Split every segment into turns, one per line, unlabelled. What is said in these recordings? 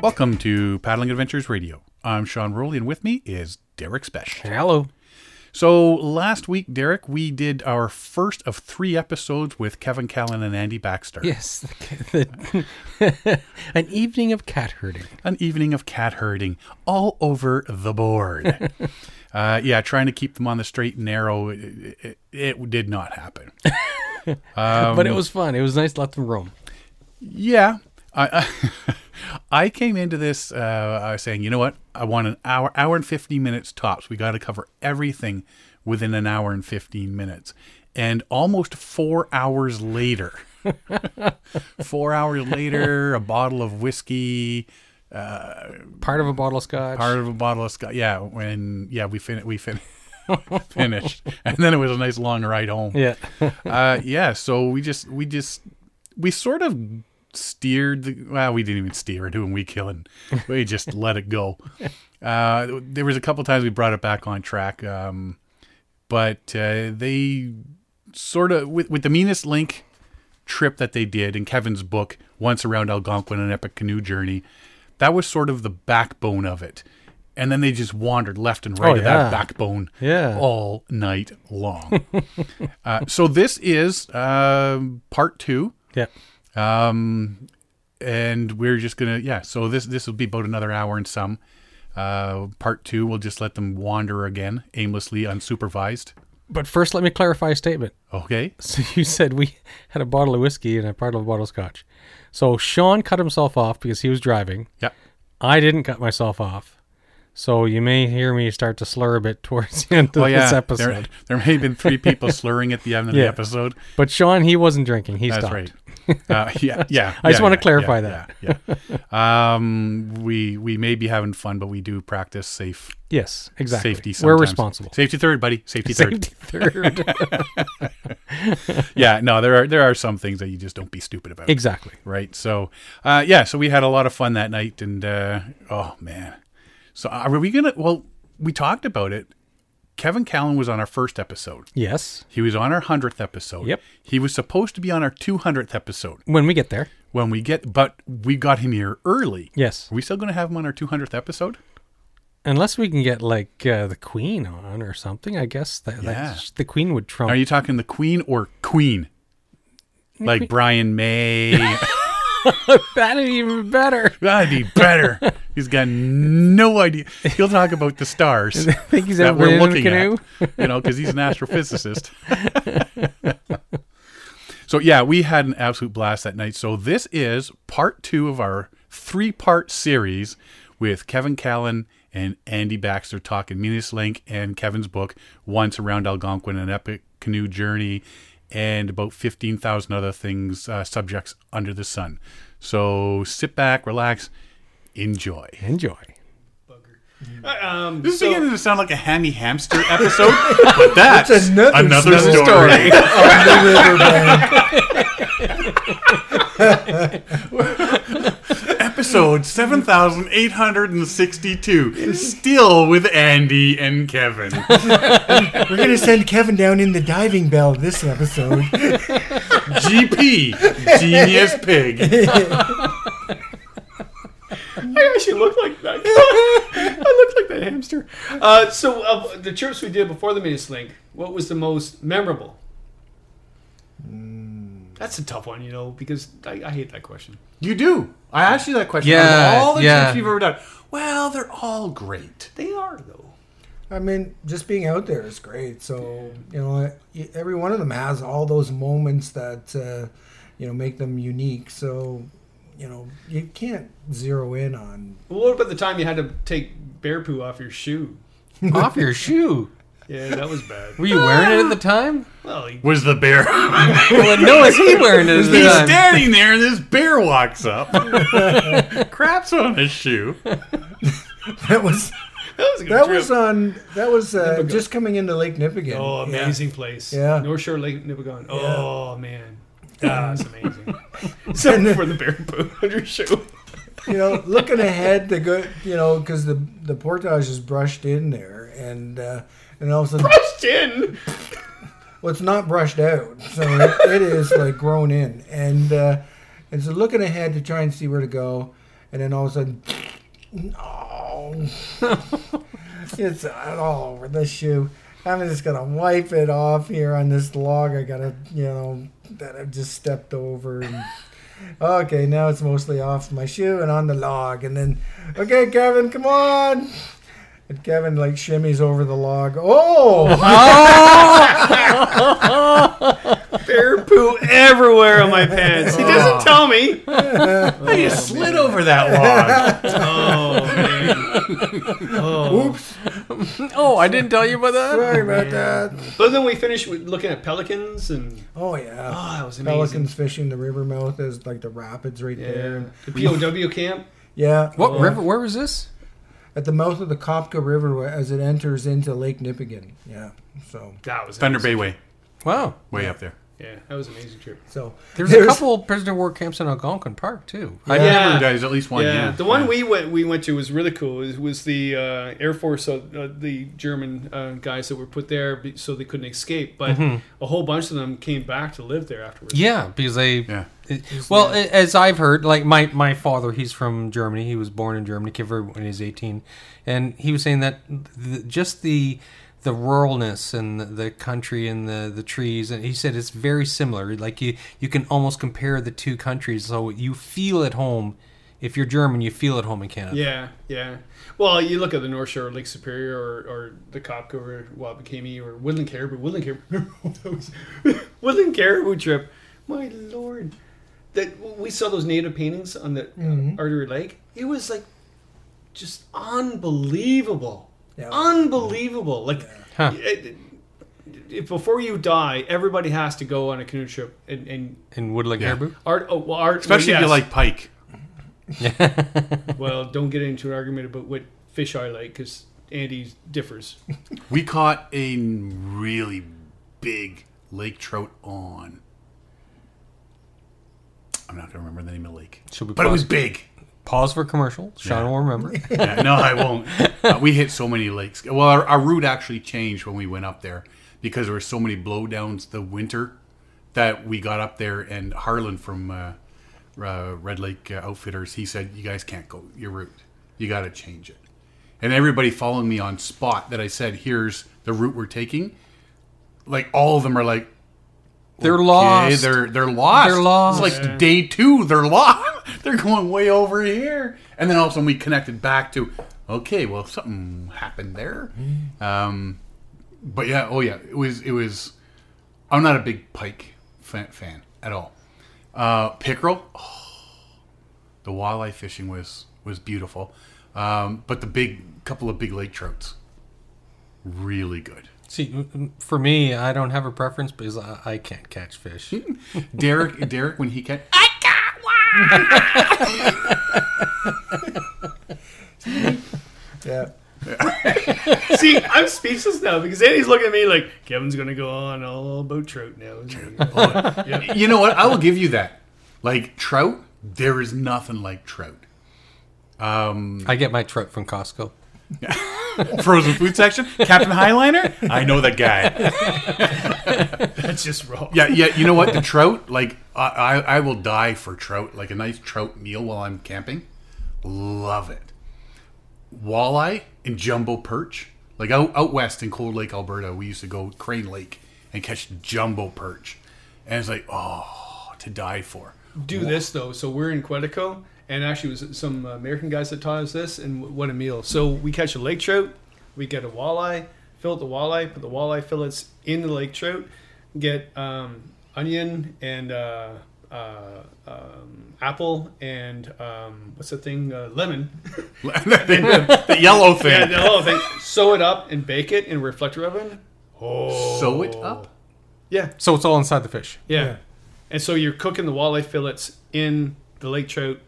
Welcome to Paddling Adventures Radio. I'm Sean Rowley, and with me is Derek Spesh.
Hello.
So last week, Derek, we did our first of three episodes with Kevin Callan and Andy Baxter.
Yes, the, the, an evening of cat herding.
An evening of cat herding all over the board. uh, yeah, trying to keep them on the straight and narrow, it, it, it did not happen. Um,
but it was fun. It was nice to let them roam.
Yeah. I, I, I came into this uh, I was saying, you know what? I want an hour, hour and 15 minutes tops. We got to cover everything within an hour and 15 minutes. And almost four hours later, four hours later, a bottle of whiskey,
Part of a bottle of scotch.
part of a bottle of scotch. Yeah, when yeah, we fin we fin- finished, and then it was a nice long ride home.
yeah.
uh, yeah. So we just we just we sort of steered. The, well, we didn't even steer it. Who and we killing? We just let it go. Uh, there was a couple times we brought it back on track, um, but uh, they sort of with with the meanest link trip that they did in Kevin's book, Once Around Algonquin, an epic canoe journey, that was sort of the backbone of it. And then they just wandered left and right
Oh,
of that
yeah.
backbone
Yeah.
all night long. uh, so this is um, part two.
Yeah.
Um, and we're just gonna yeah. So this this will be about another hour and some. Uh, part two, we'll just let them wander again aimlessly, unsupervised.
But first, let me clarify a statement.
Okay.
So you said we had a bottle of whiskey and a part of a bottle of scotch. So Sean cut himself off because he was driving.
Yeah.
I didn't cut myself off. So you may hear me start to slur a bit towards the end of
Well, Oh, yeah.
this
there-
episode.
There, may have been three people slurring at the end of the
Yeah.
episode.
But Sean, he wasn't drinking. He
That's
stopped.
right. Uh, yeah, yeah.
I just
yeah,
wanna
yeah,
clarify
yeah,
that.
Yeah. yeah. um, we we may be having fun, but we do practice safe
Yes, exactly.
safety.
We're
sometimes.
responsible.
Safety third, buddy. Safety third.
Safety third.
Yeah. No, there are there are some things that you just don't be stupid about.
exactly.
right? So, uh, yeah, so we had a lot of fun that night, and uh, oh man, so uh, are we gonna? Well, we talked about it. Kevin Callan was on our first episode.
Yes.
He was on our hundredth episode.
Yep.
He was supposed to be on our two hundredth episode
When we get there.
when we get, but we got him here early.
Yes.
Are we still gonna have him on our two hundredth episode?
Unless we can get like uh, the Queen on or something, I guess that that's, the Queen would trump.
Are you talking the Queen or Queen? Like Brian May.
That'd be even better.
That'd be better. He's got no idea. He'll talk about the stars.
I think he's
that
ever
we're
been in a
looking
canoe.
at, you know, because he's an astrophysicist. so yeah, we had an absolute blast that night. So this is part two of our three-part series with Kevin Callan and Andy Baxter talking Minas Link and Kevin's book, Once Around Algonquin, an epic canoe journey, and about fifteen thousand other things, uh, subjects under the sun. So sit back, relax, enjoy.
Enjoy.
This is beginning to sound like a hammy hamster episode, but that's
It's another story. on the riverbank.
episode 7,862. Still with Andy and Kevin.
We're gonna send Kevin down in the diving bell this episode.
GP, Genius Pig.
I actually look like that. I look like that hamster. Uh, so uh, the trips we did before the Midas Link, what was the most memorable? That's a tough one, you know, because I, I hate that question.
You do. I asked you that question.
Yeah,
Of all the
yeah.
trips you've ever done. Well, they're all great.
They are though.
I mean, just being out there is great. So you know, e, every one of them has all those moments that uh, you know make them unique. So you know, you can't zero in on.
Well, what about the time you had to take bear poo off your shoe?
Off your shoe.
Yeah, that was bad.
Were you wearing it at the time?
Well, he-
Was the bear.
Well, no, is he wearing it at the
He's
time?
standing there and this bear walks up, craps on his shoe.
That was
that was a good
that
trip.
was on that was uh, just coming into Lake Nipigon.
oh,
Yeah.
amazing place.
Yeah.
North Shore Lake Nipigon. Oh man, that's amazing. Except for the bear poo on your shoe.
you know, looking ahead, the good, you know, because the the portage is brushed in there, and uh, and all of a sudden,
Brushed in.
well, it's not brushed out, so it, it is like grown in, and uh, and so looking ahead to try and see where to go, and then all of a sudden, No. it's all over the shoe. I'm just gonna wipe it off here on this log. I gotta, you know, that I've just stepped over. And, okay, now it's mostly off my shoe and on the log. And then, okay, Kevin, come on. And Kevin like shimmies over the log. Oh,
Bear poo everywhere on my pants. He doesn't tell me.
I just slid over that log.
Oh, man.
oops!
Oh, I didn't tell you about that.
Sorry about that.
But then we finished with looking at pelicans and
Oh
Ah,
yeah.
oh, that was amazing.
Pelicans fishing the river mouth is like the rapids right
Yeah.
there.
The POW camp.
Yeah.
What river? Where was this?
At the mouth of the Kopka River as it enters into Lake Nipigon. Yeah. So
That was
Thunder Bay
amazing.
Way,
Wow.
way up there.
Yeah, that was an amazing trip.
so
There's, a couple prisoner of war camps in Algonquin Park too. I-
Yeah,
Yeah.
there's at least one. Yeah,
the one
Yeah.
we went we went to was really cool. It was the uh, Air Force, uh, uh, the German uh, guys that were put there be- so they couldn't escape. But a whole bunch of them came back to live there afterwards.
yeah, because they.
Yeah.
it- well, a- as I've heard, like my my father, he's from Germany. He was born in Germany. Came here when he was eighteen, and he was saying that the, just the the ruralness and the, the country and the the trees, and he said it's very similar. Like you you can almost compare the two countries. So you feel at home. If you're German, you feel at home in Canada.
Yeah, yeah. Well, you look at the North Shore, Lake Superior, or, or the Kopka or Wabakimi, or Woodland Caribou. Woodland Caribou. that was- Woodland Caribou trip. My lord, that we saw those native paintings on the Artery Lake. It was like just unbelievable,
Yeah.
unbelievable. Like
Huh.
it- it- before you die, everybody has to go on a canoe trip and. and
In Woodland,
Yeah.
Caribou.
Art, oh, well, art, well,
especially if you
yes.
like Pike.
Well, don't get into an argument about what fish I like because Andy differs.
We caught a really big lake trout on. I'm not gonna remember the name of the lake,
Should we
but it
pause?
was big.
Pause for commercial. Sean
Yeah.
will remember.
Yeah, no, I won't. Uh, we hit so many lakes. Well, our, our route actually changed when we went up there because there were so many blowdowns the winter that we got up there. And Harlan from uh, uh, Red Lake uh, Outfitters, he said, "You guys can't go your route. You got to change it." And everybody following me on spot that I said, "Here's the route we're taking." Like all of them are like,
They're
"Yeah,
lost.
they're they're lost.
They're lost.
It's like day two. They're lost. they're going way over here. And then all of a sudden we connected back to, okay, well something happened there. Um, but yeah, oh yeah, it was it was. I'm not a big pike fan, fan at all. Uh, pickerel, oh, the walleye fishing was was beautiful, um, but the big couple of big lake trouts, really good.
See, m- m- for me, I don't have a preference because I, I can't catch fish.
Derek, Derek, when he catch.
yeah.
See, I'm speechless now because Andy's looking at me like Kevin's gonna go on all about trout now. isn't he?"
you know what? I will give you that. Like trout, there is nothing like trout.
I get my trout from Costco.
Frozen food section, Captain Highliner. I know that guy.
That's just wrong.
Yeah, yeah. You know what? The trout, like I, I, I will die for trout. Like a nice trout meal while I'm camping, love it. Walleye and jumbo perch. Like out, out west in Cold Lake, Alberta, we used to go Crane Lake and catch jumbo perch, and it's like oh, to die for.
Do this though. So we're in Quetico, and actually, it was some American guys that taught us this, and w- what a meal! So we catch a lake trout, we get a walleye, fillet the walleye, put the walleye fillets in the lake trout, get um, onion and uh, uh, um, apple and um, what's the thing? Uh, lemon.
the, the yellow thing.
and the whole thing. Sew it up and bake it in a reflector oven. Oh,
Sew it up.
Yeah.
So it's all inside the fish.
Yeah. And so you're cooking the walleye fillets in the lake trout.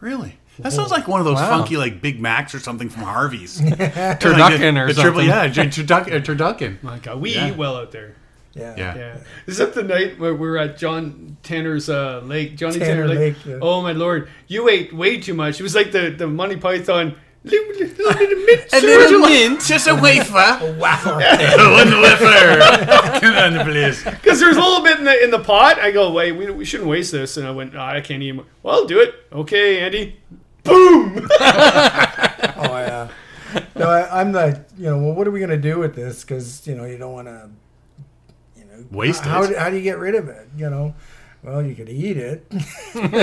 Really? That sounds like one of those
Wow.
funky like Big Macs or something from Harvey's.
Turducken or
the
something.
triple- yeah, tur- turducken. uh, turducken.
My God, we
Yeah.
eat well out
Yeah.
there.
Yeah.
Yeah. Except the night where we were at John Tanner's uh, lake. Johnny Tanner,
Tanner
Lake.
Lake, yeah.
Oh, my Lord. You ate way too much. It was like the, the Monty Python. little bit of mint syrup.
just a wafer.
Waffle.
one wafer. Come on, please.
Because there's a little bit in the in the pot. I go, wait, we, we shouldn't waste this. And I went, "Ah, I can't eat. More. Well, I'll do it. Okay, Andy. Boom.
know, Oh, I, I'm the, you know, well, what are we going to do with this? Because, you know, you don't want to, you know,
Waste
how,
it.
How, do you get rid of it? You know, well, you could eat it.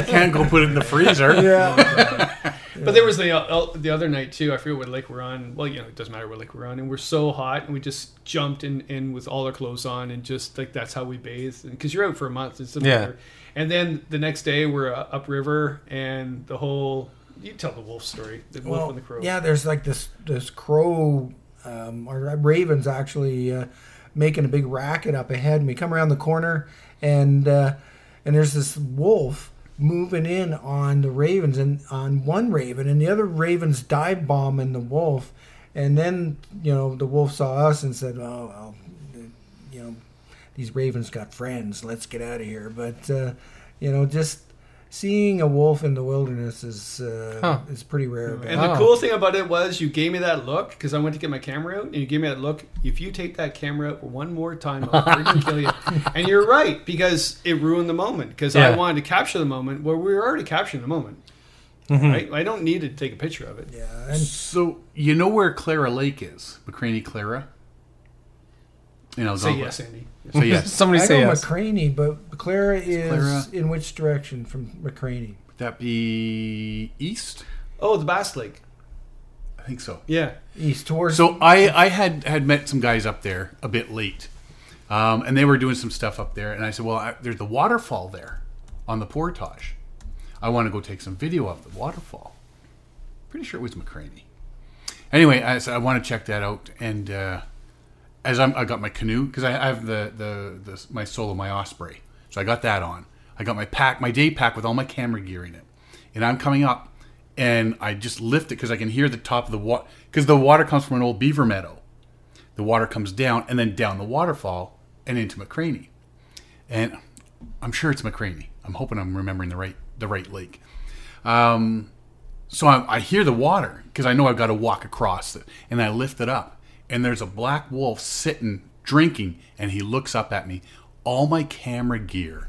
Can't go put it in the freezer.
yeah.
But there was the uh, the other night too. I forget what lake we're on. Well, you know, it doesn't matter what lake we're on, and we're so hot, and we just jumped in, in with all our clothes on, and just like that's how we bathed. Because you're out for a month, it's doesn't
Yeah.
matter. And then the next day we're uh, upriver, and the whole you tell the wolf story, the wolf
well,
and the crow.
yeah, there's like this, this crow, um, or Raven's actually uh, making a big racket up ahead. And we come around the corner and, uh, and there's this wolf moving in on the ravens and on one raven and the other ravens dive bombing the wolf and then you know the wolf saw us and said oh well you know these ravens got friends let's get out of here but uh, you know just seeing a wolf in the wilderness is uh,
Huh.
is pretty rare but
And
Wow.
the cool thing about it was you gave me that look because I went to get my camera out, and you gave me that look. If you take that camera out one more time, I'll freaking kill you. And you're right because it ruined the moment because
Yeah.
I wanted to capture the moment. Well, we were already capturing the moment. Right? I don't need to take a picture of it.
yeah and
So you know where Clara Lake is, McCraney Clara. You know,
Say yes, Andy. Yes.
Say yes.
Somebody
I
say
know
yes.
McCraney, but Clara is
Clara-
in which direction from McCraney?
Would that be east?
Oh, the Bass Lake.
I think so.
Yeah.
East towards
So I, I had had met some guys up there a bit late, um, and they were doing some stuff up there. And I said, "Well, I, there's the waterfall there, on the portage. I want to go take some video of the waterfall. Pretty sure it was McCraney. Anyway, I said I want to check that out. And uh, as I'm, I got my canoe because I have the, the the my solo my osprey, so I got that on. I got my pack, my day pack with all my camera gear in it, and I'm coming up, and I just lift it because I can hear the top of the water because the water comes from an old beaver meadow. The water comes down and then down the waterfall and into McCraney, and I'm sure it's McCraney. I'm hoping I'm remembering the right the right lake. Um, so I, I hear the water because I know I've got to walk across it, and I lift it up, and there's a black wolf sitting drinking, and he looks up at me. All my camera gear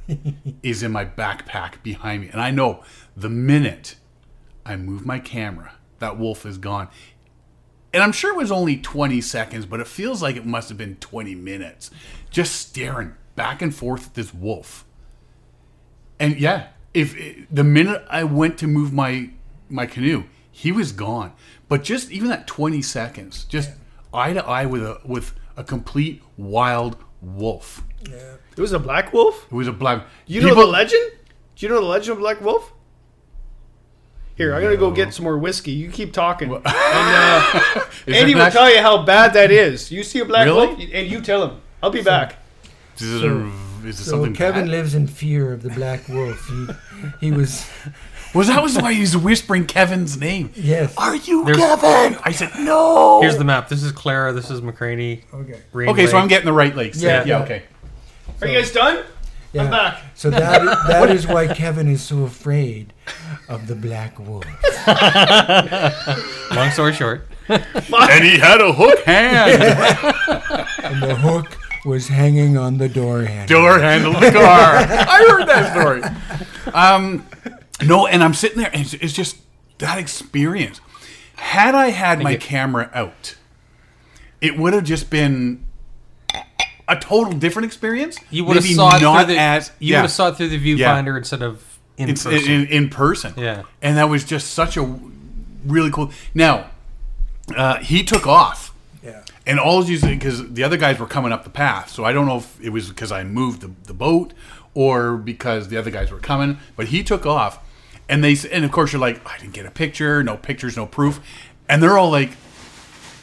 is in my backpack behind me, and I know the minute I move my camera, that wolf is gone. And I'm sure it was only 20 seconds, but it feels like it must have been 20 minutes, just staring back and forth at this wolf. And yeah, if eh, the minute I went to move my my canoe, he was gone. But just even that 20 seconds, just eye to eye with a with a complete wild wolf.
yeah.
It was a black wolf?
It was a black.
You know the legend? Do you know the legend of Black Wolf? Here, I'm gonna go get some more whiskey. You keep talking, and uh,
is
Andy
it
will
black-
tell you how bad that is. You see a black
Really?
wolf, and you tell him. I'll be back.
Is it,
So-
a, is it
So
something?
Kevin
bad?
lives in fear of the black wolf. He, he was
was that was why he's whispering Kevin's name?
yes.
Are you
There's-
Kevin? I said no.
Here's the map. This is Clara. This is McCraney.
Okay.
Rain
okay, so
Lake.
I'm getting the right lakes.
Yeah,
yeah
yeah.
okay.
Are you guys done?
Yeah.
I'm back.
So that i- that is why Kevin is so afraid of the black wolf.
Long story short,
and he had a hook hand.
And the hook was hanging on the door handle.
Door handle the car. I heard that story. Um, no, and I'm sitting there, and it's, it's just that experience. Had I had my
you.
camera out, it would have just been a total different experience.
you would have
Maybe
saw it
not
through the
as
you
yeah.
would have saw it through the viewfinder instead of in
It's
person.
in, in person.
Yeah.
And that was just such a really cool. Now, uh, he took off.
Yeah.
And all you because the other guys were coming up the path, so I don't know if it was because I moved the, the boat or because the other guys were coming. But he took off, and they s- and of course you're like, I didn't get a picture, no pictures, no proof, and they're all like,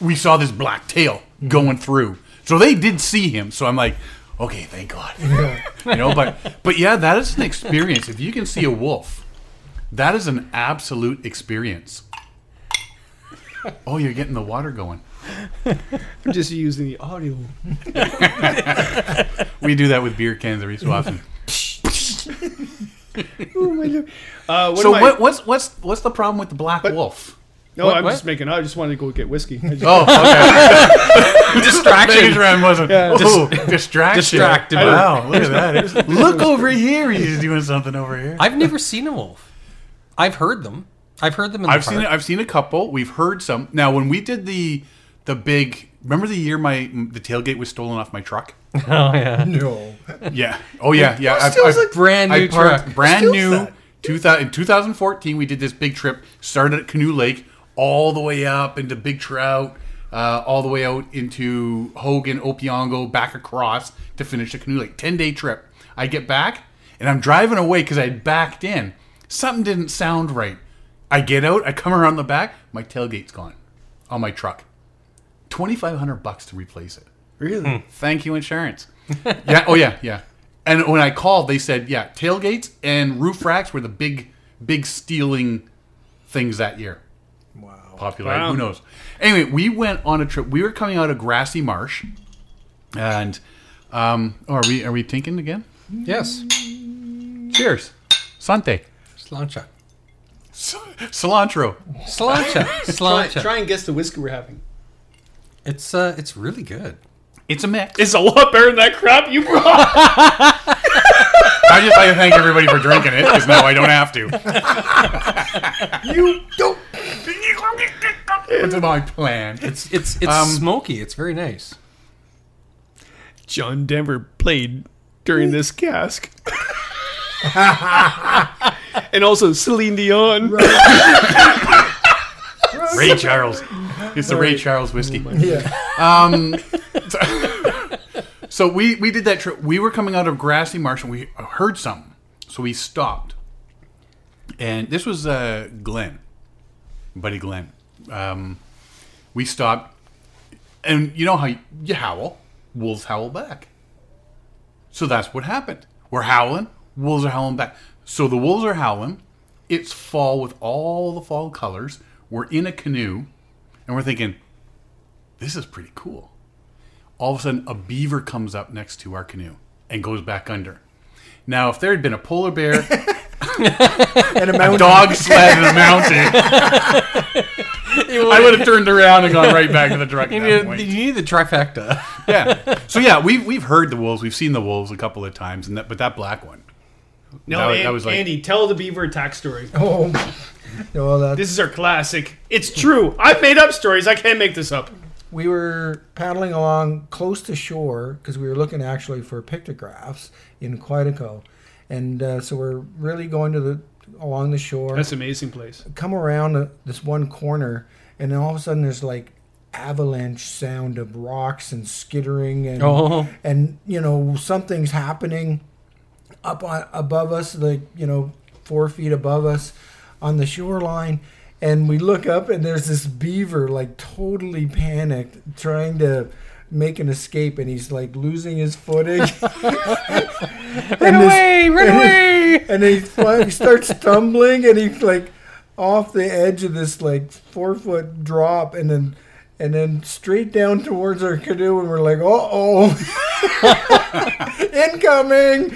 we saw this black tail going through, so they did see him. So I'm like, okay, thank God, you know. But but yeah, that is an experience. If you can see a wolf, that is an absolute experience. Oh, you're getting the water going.
I'm just using the audio.
We do that with beer cans every so often.
Uh, what
so
am I-
what, what's what's what's the problem with the black wolf?
No,
what-
I'm
what?
just making. I just wanted to go get whiskey. I just,
Oh, okay. Distraction.
Distraction.
wasn't.
Yeah.
Oh, distraction.
Distracted.
Wow, look at that. look over here. He's doing something over here.
I've never seen a wolf. I've heard them. I've heard them in the
I've seen
park.
it. I've seen a couple. We've heard some. Now, when we did the the big, remember the year my the tailgate was stolen off my truck?
Oh yeah.
No.
Yeah. Oh yeah. Yeah. I've-
steals
I've-
a
Brand new
I parked
truck.
brand
Steals
new.
that.
2000, in 2014, we did this big trip. Started at Canoe Lake, all the way up into Big Trout, uh, all the way out into Hogan, Opiongo, back across to finish at Canoe Lake. Ten day trip. I get back, and I'm driving away because I backed in. Something didn't sound right. I get out. I come around the back. My tailgate's gone on my truck. Twenty five hundred bucks to replace it.
Really?
Thank you, insurance. yeah. Oh, yeah. Yeah. And when I called, they said, yeah, tailgates and roof racks were the big, big stealing things that year.
Wow.
Popular.
Wow.
Who knows? Anyway, we went on a trip. We were coming out of Grassy Marsh, and um, oh, are we are we tinking again?
Yes.
Cheers, Sante,
Slancha.
C- cilantro.
Slancha.
Try,
Slancha.
try and guess the whiskey we're having.
It's uh it's really good.
It's a mix.
It's a lot better than that crap you brought.
I just like to thank everybody for drinking it because now I don't have to.
You don't.
It's my plan.
It's it's it's
Um,
smoky. It's very nice.
John Denver played during this cask. and also Celine Dion.
Ray Charles. It's the Ray Charles whiskey.
Yeah.
Um, so- so we we did that trip. We were coming out of Grassy Marsh and we heard something, so we stopped. And this was uh, Glenn, buddy Glenn. Um, we stopped, and you know how you, you howl, wolves howl back. So that's what happened. We're howling, wolves are howling back. So the wolves are howling. It's fall with all the fall colors. We're in a canoe, and we're thinking, this is pretty cool. All of a sudden, a beaver comes up next to our canoe and goes back under. Now, if there had been a polar bear,
And a mountain.
dog sled, and a mountain, I would have turned around and gone right back to the truck at
You
that
need,
point.
you need the trifecta.
Yeah. So yeah, we've we've heard the wolves, we've seen the wolves a couple of times, and that, but that black one.
No,
That was-
An-
that was like-
Andy, tell the beaver attack story.
Oh. No, that's.
This is our classic. It's true. I've made up stories. I can't make this up.
we were paddling along close to shore because we were looking actually for pictographs in Quetico, and uh, so we're really going to the along the shore.
That's an amazing place.
Come around uh, this one corner, and then all of a sudden there's like avalanche sound of rocks and skittering and
Oh.
and you know something's happening up on above us, like you know, four feet above us on the shoreline. And we look up, and there's this beaver, like totally panicked, trying to make an escape, and he's like losing his footing.
Run
And this-
away! Run away!
and he, fly- he starts tumbling, and he's like off the edge of this like four foot drop, and then and then straight down towards our canoe, and we're like, uh oh, incoming,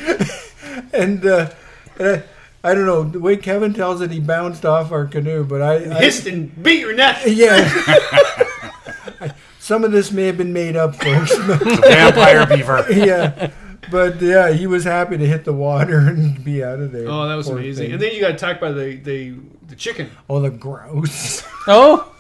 and. Uh, and I, I don't know the way Kevin tells it. He bounced off our canoe, but I, I
Hissed and beat your neck.
yeah. Some of this may have been made up, folks.
The vampire beaver.
yeah, but yeah, he was happy to hit the water and be out of there.
Oh, that was
Poor
amazing.
thing.
And then you got attacked by the the, the chicken.
oh, the grouse.
Oh,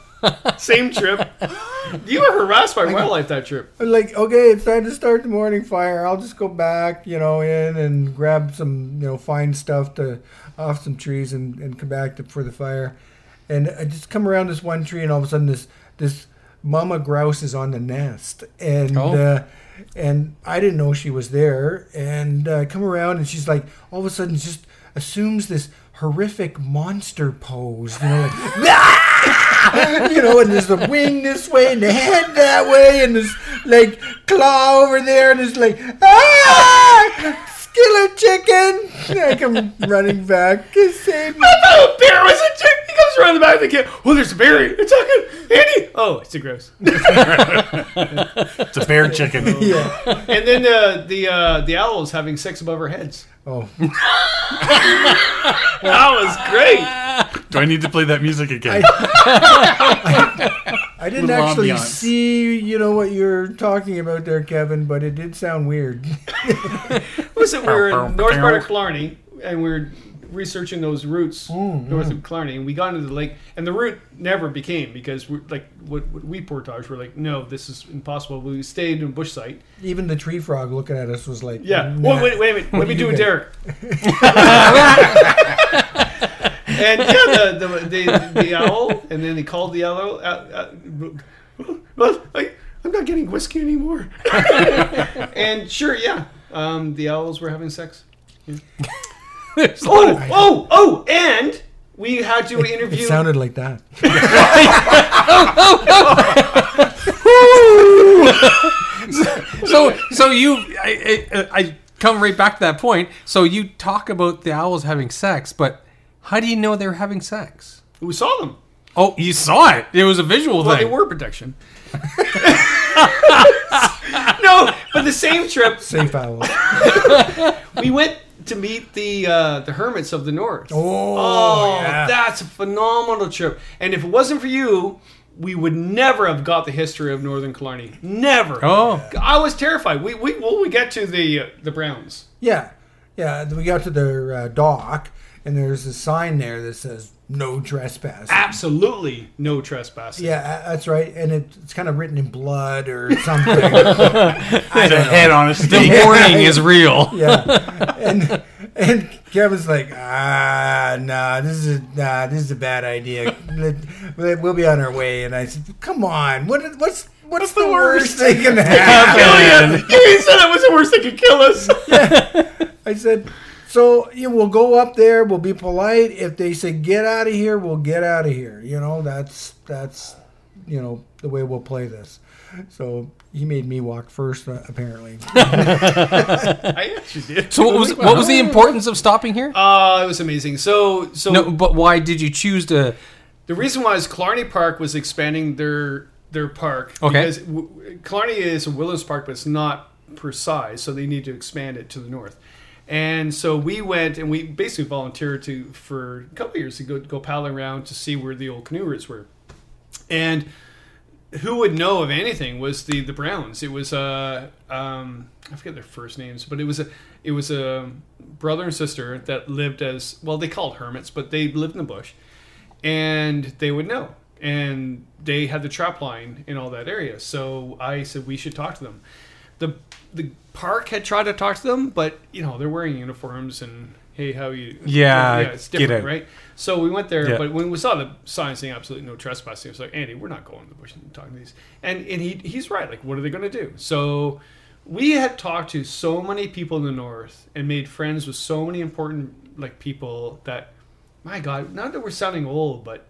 Same trip. you were harassed by wildlife that trip.
I'm like, okay, it's time to start the morning fire. I'll just go back, you know, in and grab some, you know, fine stuff to off some trees and, and come back to, for the fire. And I just come around this one tree, and all of a sudden, this this mama grouse is on the nest, and
Oh.
uh, and I didn't know she was there. And uh, I come around, and she's like, all of a sudden, just assumes this horrific monster pose, you know, like you know, and there's the wing this way and the head that way and this like claw over there and it's like ah skillet chicken. I come running back. Save me.
Oh, a bear was a chick. He comes around the back of the kid. Oh, there's a bear. It's talking. Andy. Oh, it's a gross.
It's a bear chicken.
Yeah.
and then uh, the uh, the owl is having sex above our heads.
Oh.
That was great.
Do I need to play that music again?
I didn't
Little
actually
ambiance.
see, you know, what you're talking about there, Kevin, but it did sound weird.
Listen, we were in North part of Killarney, and we were researching those routes
Mm,
north
mm.
of Clarny, and we got into the lake, and the route never became because we're like what, what we portage were like, no, this is impossible. We stayed in bush site.
Even the tree frog looking at us was like,
Yeah.
nah.
Wait, wait, wait a minute. Let me
You
do it,
did.
Derek. and yeah, the, the, the, the owl, and then they called the owl out. out well, uh, I, I'm not getting whiskey anymore. and sure, yeah, um, the owls were having sex. Yeah. oh, oh, oh, and we had to
It
interview.
sounded like that.
So, so you, I, I, I come right back to that point. So you talk about the owls having sex, but how do you know they were having sex?
we saw them.
Oh, you saw it. It was a visual
Well, they
thing.
were protection. no, but the same trip,
Safe owl.
we went to meet the uh, the hermits of the north.
Oh, yeah.
that's a phenomenal trip. And if it wasn't for you, we would never have got the history of Northern Killarney. Never.
Oh,
I was terrified. We we well, we get to the uh, the Browns.
Yeah, yeah. th- We got to their uh, dock, and there's a sign there that says "No trespass."
Absolutely no trespassing.
Yeah, a- that's right. And it, it's kind of written in blood or something.
Had a head on a stake.
the warning is real.
yeah, and and Kevin's like, ah, nah, this is nah, this is a bad idea. Let- We'll be on our way. And I said, come on, what is- what's what's the, worst thing can happen?
Man.
He said that was the worst that could kill us.
I said, so you we'll go up there. We'll be polite. If they say get out of here, we'll get out of here. You know, that's that's you know the way we'll play this. So he made me walk first, uh, apparently.
I actually did.
So what was what was the importance of stopping here?
Uh, it was amazing. So so
No, but why did you choose to?
The reason why is Killarney Park was expanding their their park.
Okay.
Because w- Killarney is a Willows Park, but it's not per size, so they need to expand it to the north. And so we went and we basically volunteered to for a couple of years to go go paddling around to see where the old canoe routes were. And who would know of anything was the the Browns. It was uh um I forget their first names, but it was a it was a brother and sister that lived as well they called hermits, but they lived in the bush, and they would know. And they had the trap line in all that area. So I said we should talk to them. The the park had tried to talk to them, but you know they're wearing uniforms and hey how you
Yeah,
it's
get
different
out.
right. So we went there,
Yeah.
but when we saw the signs saying absolutely no trespassing, I was like, Andy, we're not going to the bush and talking to these. And and he he's right. Like, what are they going to do? So we had talked to so many people in the north and made friends with so many important like people that, my God, not that we're sounding old, but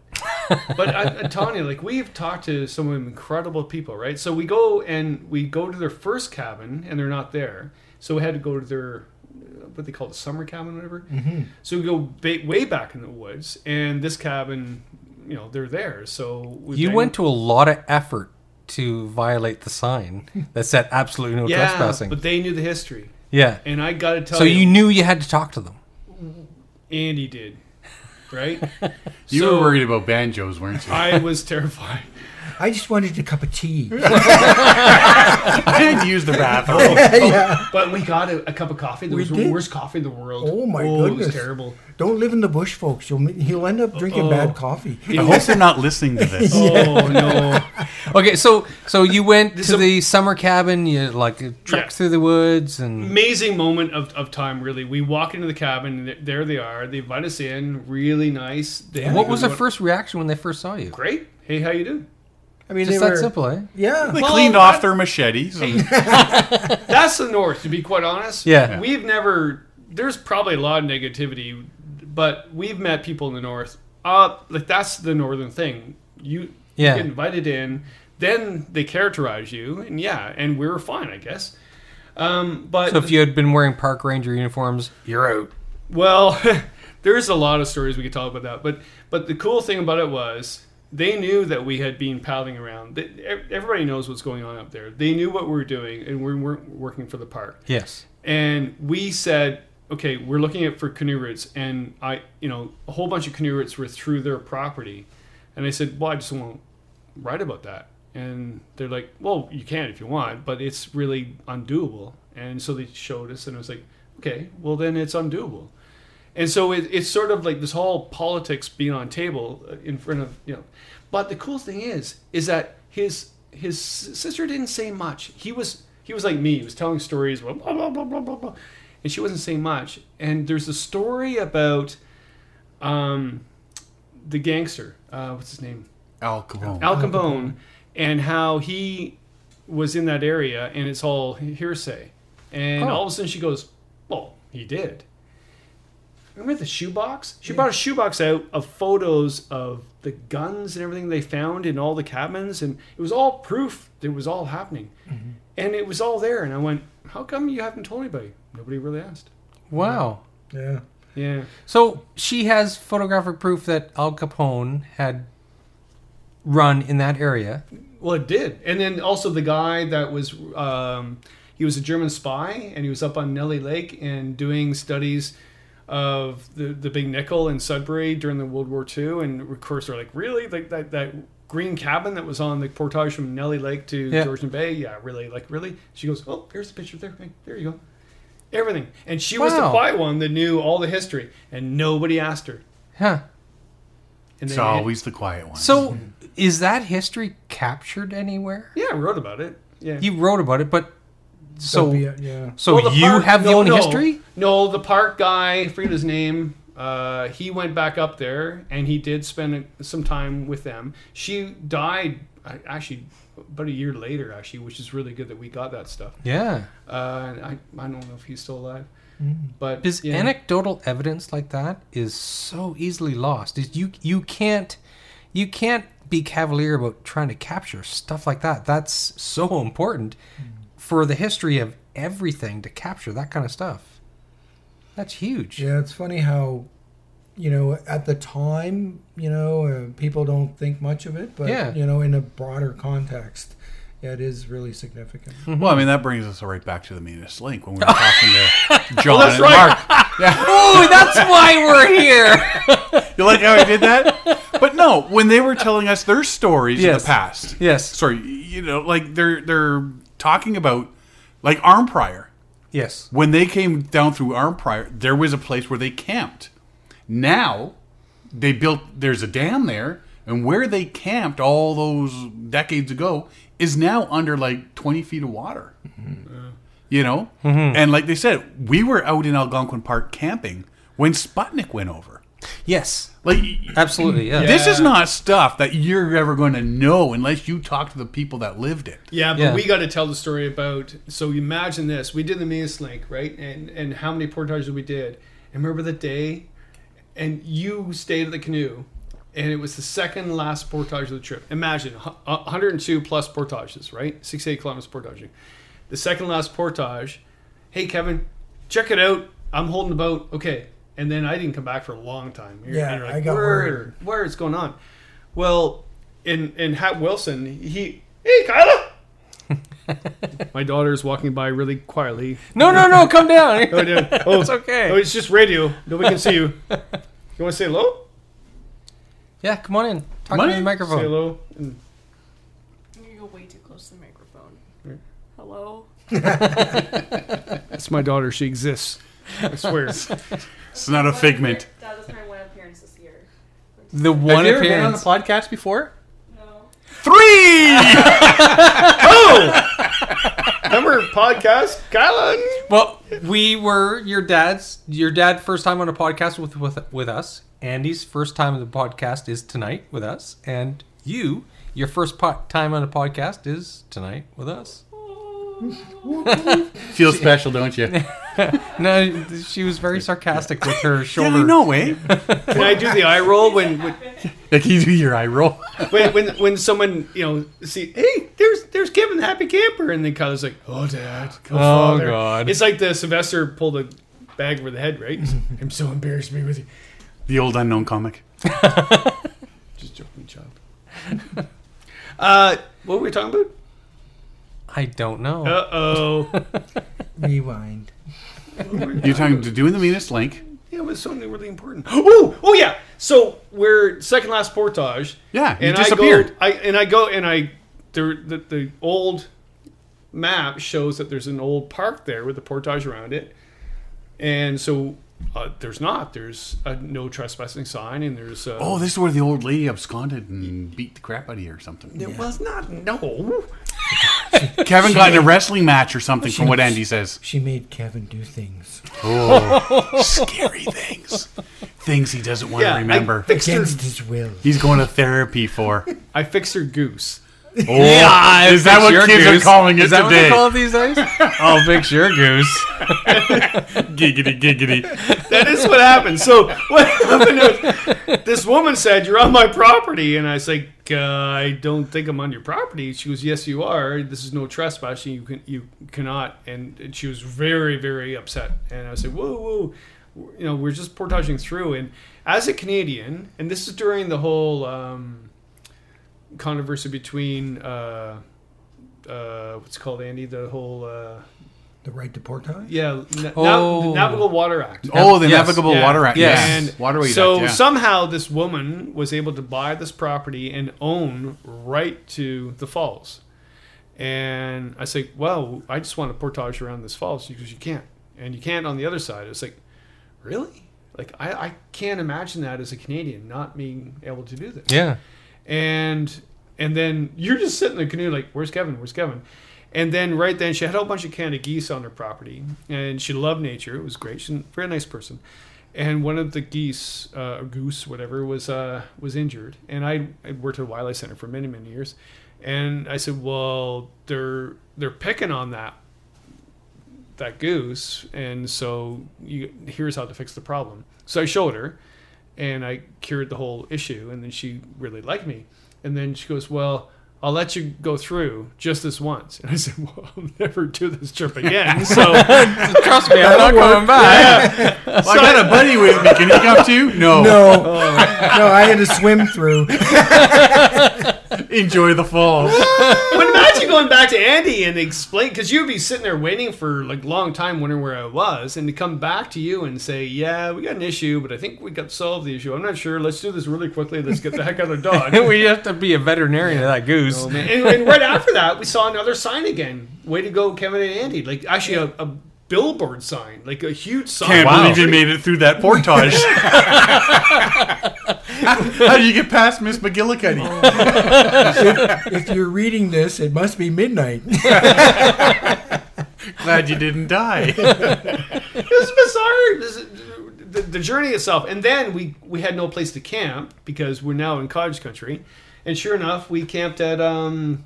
but I, I'm telling you, like we've talked to some incredible people, right? So we go and we go to their first cabin, and they're not there. So we had to go to their uh, what they call the summer cabin, whatever.
Mm-hmm.
So we go ba- way back in the woods, and this cabin, you know, they're there. So we
You went to a lot of effort to violate the sign that said absolutely no
yeah,
trespassing.
but they knew the history,
yeah.
and I got to tell
So
you,
you knew you had to talk to them.
Andy did, right?
You
So
were worried about banjos, weren't you?
I was terrified.
I just wanted a cup of tea.
I had to use the bathroom.
yeah.
But we got a, a cup of coffee. That
We
was the
did.
worst coffee in the world.
Oh, my
It was
goodness.
terrible.
Don't live in the bush, folks. You'll he'll end up drinking
Oh.
Uh-oh.
bad coffee.
I hope they're not listening to this.
Oh no.
Okay, so so you went
This
to
is a-
the summer cabin. You like trekked
Yeah.
through the woods and
amazing moment of, of time really we walk into the cabin and th- there they are they invite us in really nice they had a
what
good
was their
one-
first reaction when they first saw you?
great hey how you doing
I mean,
Just
they
that
were-
simple, eh?
Yeah.
They
Well,
cleaned
that-
off their machetes. and-
that's the north to be quite honest
Yeah.
we've never there's probably a lot of negativity but we've met people in the north uh like that's the northern thing you
Yeah.
you get invited in then they characterize you and yeah and we were fine i guess um but
So if you had been wearing park ranger uniforms, you're out.
Well, there's a lot of stories we could talk about that, but but the cool thing about it was they knew that we had been paddling around. They- ev- Everybody knows what's going on up there. They knew what we were doing, and we weren't working for the park.
Yes.
And we said, okay, we're looking at for canoe routes, and I, you know, a whole bunch of canoe routes were through their property, and I said, well, I just won't write about that. And they're like, well, you can if you want, but it's really undoable. And so they showed us, and I was like, okay, well then it's undoable. And so it, it's sort of like this whole politics being on table uh, in front of you know. But the cool thing is, is that his his s- sister didn't say much. He was he was like me. He was telling stories, blah blah blah blah blah blah, blah. and she wasn't saying much. And there's a story about um, the gangster. Uh, what's his name?
Al Capone.
Al Capone, and how he was in that area, and it's all hearsay. And
Oh.
all of a sudden, she goes, "Well, he did." Remember the shoebox? She brought a shoebox out of photos of the guns and everything they found in all the cabins, and it was all proof that it was all happening, and it was all there. And I went, "How come you haven't told anybody?" Nobody really asked.
Wow.
Yeah.
Yeah,
So she has photographic proof that Al Capone had run in that area.
Well, it did. And then also the guy that was, um, he was a German spy and he was up on Nelly Lake and doing studies of the, the Big Nickel in Sudbury during the World War II. And of course, they're like, really? Like that, that green cabin that was on the portage from Nelly Lake to
Yeah.
Georgian Bay? Yeah, really? Like, really? She goes, oh, here's the picture there. Hey, there you go. Everything. And she was the
Wow.
quiet one that knew all the history and nobody asked her.
Huh.
And
It's
they-
always the quiet one.
So is that history captured anywhere?
Yeah, I wrote about it. Yeah.
You wrote about it, but so
That'd be it, yeah.
so
Well,
Oh, you
park-
have the
no,
only
no.
history?
No, the park guy, I forget his name. Uh, he went back up there and he did spend some time with them. She died uh, actually about a year later, actually, which is really good that we got that stuff.
Yeah.
Uh, and I I don't know if he's still alive, but
Because
yeah.
anecdotal evidence like that is so easily lost. Is you you can't you can't be cavalier about trying to capture stuff like that. That's so important for the history of everything to capture that kind of stuff. That's huge.
Yeah, it's funny how, you know, at the time, you know, uh, people don't think much of it, but
Yeah.
you know, in a broader context, yeah, it is really significant.
Hmm.
well, I mean, that brings us right back to the meanest link when we were talking to John
that's
and
right.
Mark. Yeah.
Oh, that's why we're here.
You like how I did that? But no, when they were telling us their stories in
Yes.
the past.
yes.
Sorry, you know, like they're they're talking about like Arm Prior.
Yes.
When they came down through Arm Prior, there was a place where they camped. Now they built there's a dam there, and where they camped all those decades ago is now under like twenty feet of water. You know? And like they said, we were out in Algonquin Park camping when Sputnik went over.
Yes.
Like
Absolutely. Yeah.
this
Yeah.
is not stuff that you're ever going to know unless you talk to the people that lived it.
Yeah, but
Yeah.
we got to tell the story about. So imagine this: we did the Minas Link, right? And and how many portages we did? And remember the day? And you stayed at the canoe, and it was the second last portage of the trip. Imagine hu- uh, 102 plus portages, right? 68 kilometers portaging. The second last portage. Hey Kevin, check it out. I'm holding the boat. Okay. And then I didn't come back for a long time. You're-
Yeah,
and you're
I got
"Where- Where is going on? Well, in in Hat Wilson, he hey Kyla. My daughter is walking by really quietly.
No, no, no. Come down.
Oh, no. oh,
it's okay.
oh, it's just radio. Nobody can see you. You want to say hello?
Yeah. Come on in. Talk
Come on
to the
in.
Say
microphone.
hello. And
You go way too close to the microphone. Hello?
that's my daughter. She exists. I swear.
It's not a figment.
That was my one appearance this year.
The one appearance.
podcast before?
No.
Three.
Remember podcast, Kyla?
Well, we were your dad's your dad first time on a podcast with with with us. Andy's first time on the podcast is tonight with us, and you your first po- time on a podcast is tonight with us.
Feel special, don't you?
No, she was very sarcastic with her
Yeah,
shoulder.
I know, eh?
Can I do the eye roll when when
Like you do your eye roll.
when, when, when someone you know see hey there's there's Kevin the happy camper and then Kyla's like oh dad oh, father."
God.
it's like the Sylvester pulled a bag over the head right I'm so embarrassed to be with you
The old unknown comic.
Just joking, child. uh, what were we talking about?
I don't know.
Uh oh.
Rewind.
You're talking to doing the meanest link.
yeah, it was something really important. Oh, oh yeah. So we're second last portage.
Yeah, you
and
disappeared.
I go. I and I go and I there the, the old map shows that there's an old park there with the portage around it, and so Uh, there's not. There's a no trespassing sign, and there's uh,
Oh, this is where the old lady absconded and beat the crap out of you or something.
It was not no.
Kevin got in a wrestling match or something, from what Andy says.
She made Kevin do things
Oh, scary things. Things he doesn't want
Yeah,
to remember.
I fixed, her,
against his will.
He's going to therapy for.
I fixed her goose.
Oh, is that what kids are calling it
Is that what
today?
they call it these days? I'll fix your goose.
giggity, giggity.
That is what happened. So what happened was this woman said, "You're on my property," and I was like, uh, "I don't think I'm on your property." She goes, "Yes, you are. This is no trespassing. You can you cannot." And, and she was very very upset. And I said, "Whoa, whoa." You know, we're just portaging through, and as a Canadian, and this is during the whole um, controversy between uh, uh, what's it called Andy, the whole uh,
The right to portage.
yeah, Na-
Oh.
Nav- Navigable Water Act.
Oh, the
Yes,
navigable
yeah,
water act.
yes.
Yes.
And
Waterway
so
act. yeah.
somehow this woman was able to buy this property and own right to the falls. And I say, well, I just want to portage around this falls because you can't, and you can't on the other side. It's like, really? Like I, I can't imagine that as a Canadian not being able to do this
Yeah.
and and then you're just sitting in the canoe like where's kevin where's kevin and then right then she had a whole bunch of canada geese on her property and she loved nature it was great she's a very nice person and one of the geese uh, or goose whatever was uh, was injured and I, I worked at a wildlife center for many many years and i said well they're they're picking on that that goose and so you, here's how to fix the problem so i showed her and I cured the whole issue. And then she really liked me. And then she goes, Well, I'll let you go through just this once. And I said, Well, I'll never do this trip again. So,
Trust me, I'm not coming back.
Well, I got a buddy with me. Can he come too?
Oh.
No.
No, no, I had to swim through.
Enjoy the falls.
but imagine going back to Andy and explain, because you'd be sitting there waiting for like long time, wondering where I was, and to come back to you and say, Yeah, we got an issue, but I think we got solved the issue. I'm not sure. Let's do this really quickly. Let's get the heck out of Dodge.
we have to be a veterinarian to that goose.
and, and right after that, we saw another sign again. Way to go, Kevin and Andy! Like actually, a, a billboard sign, like a huge sign.
Can't
Wow.
believe you made it through that portage. how, how do you get past Miss McGillicuddy?
If you're reading this, it must be midnight.
Glad you didn't die.
It was bizarre. This, the, the journey itself, and then we we had no place to camp because we're now in cottage country, and sure enough, we camped at um.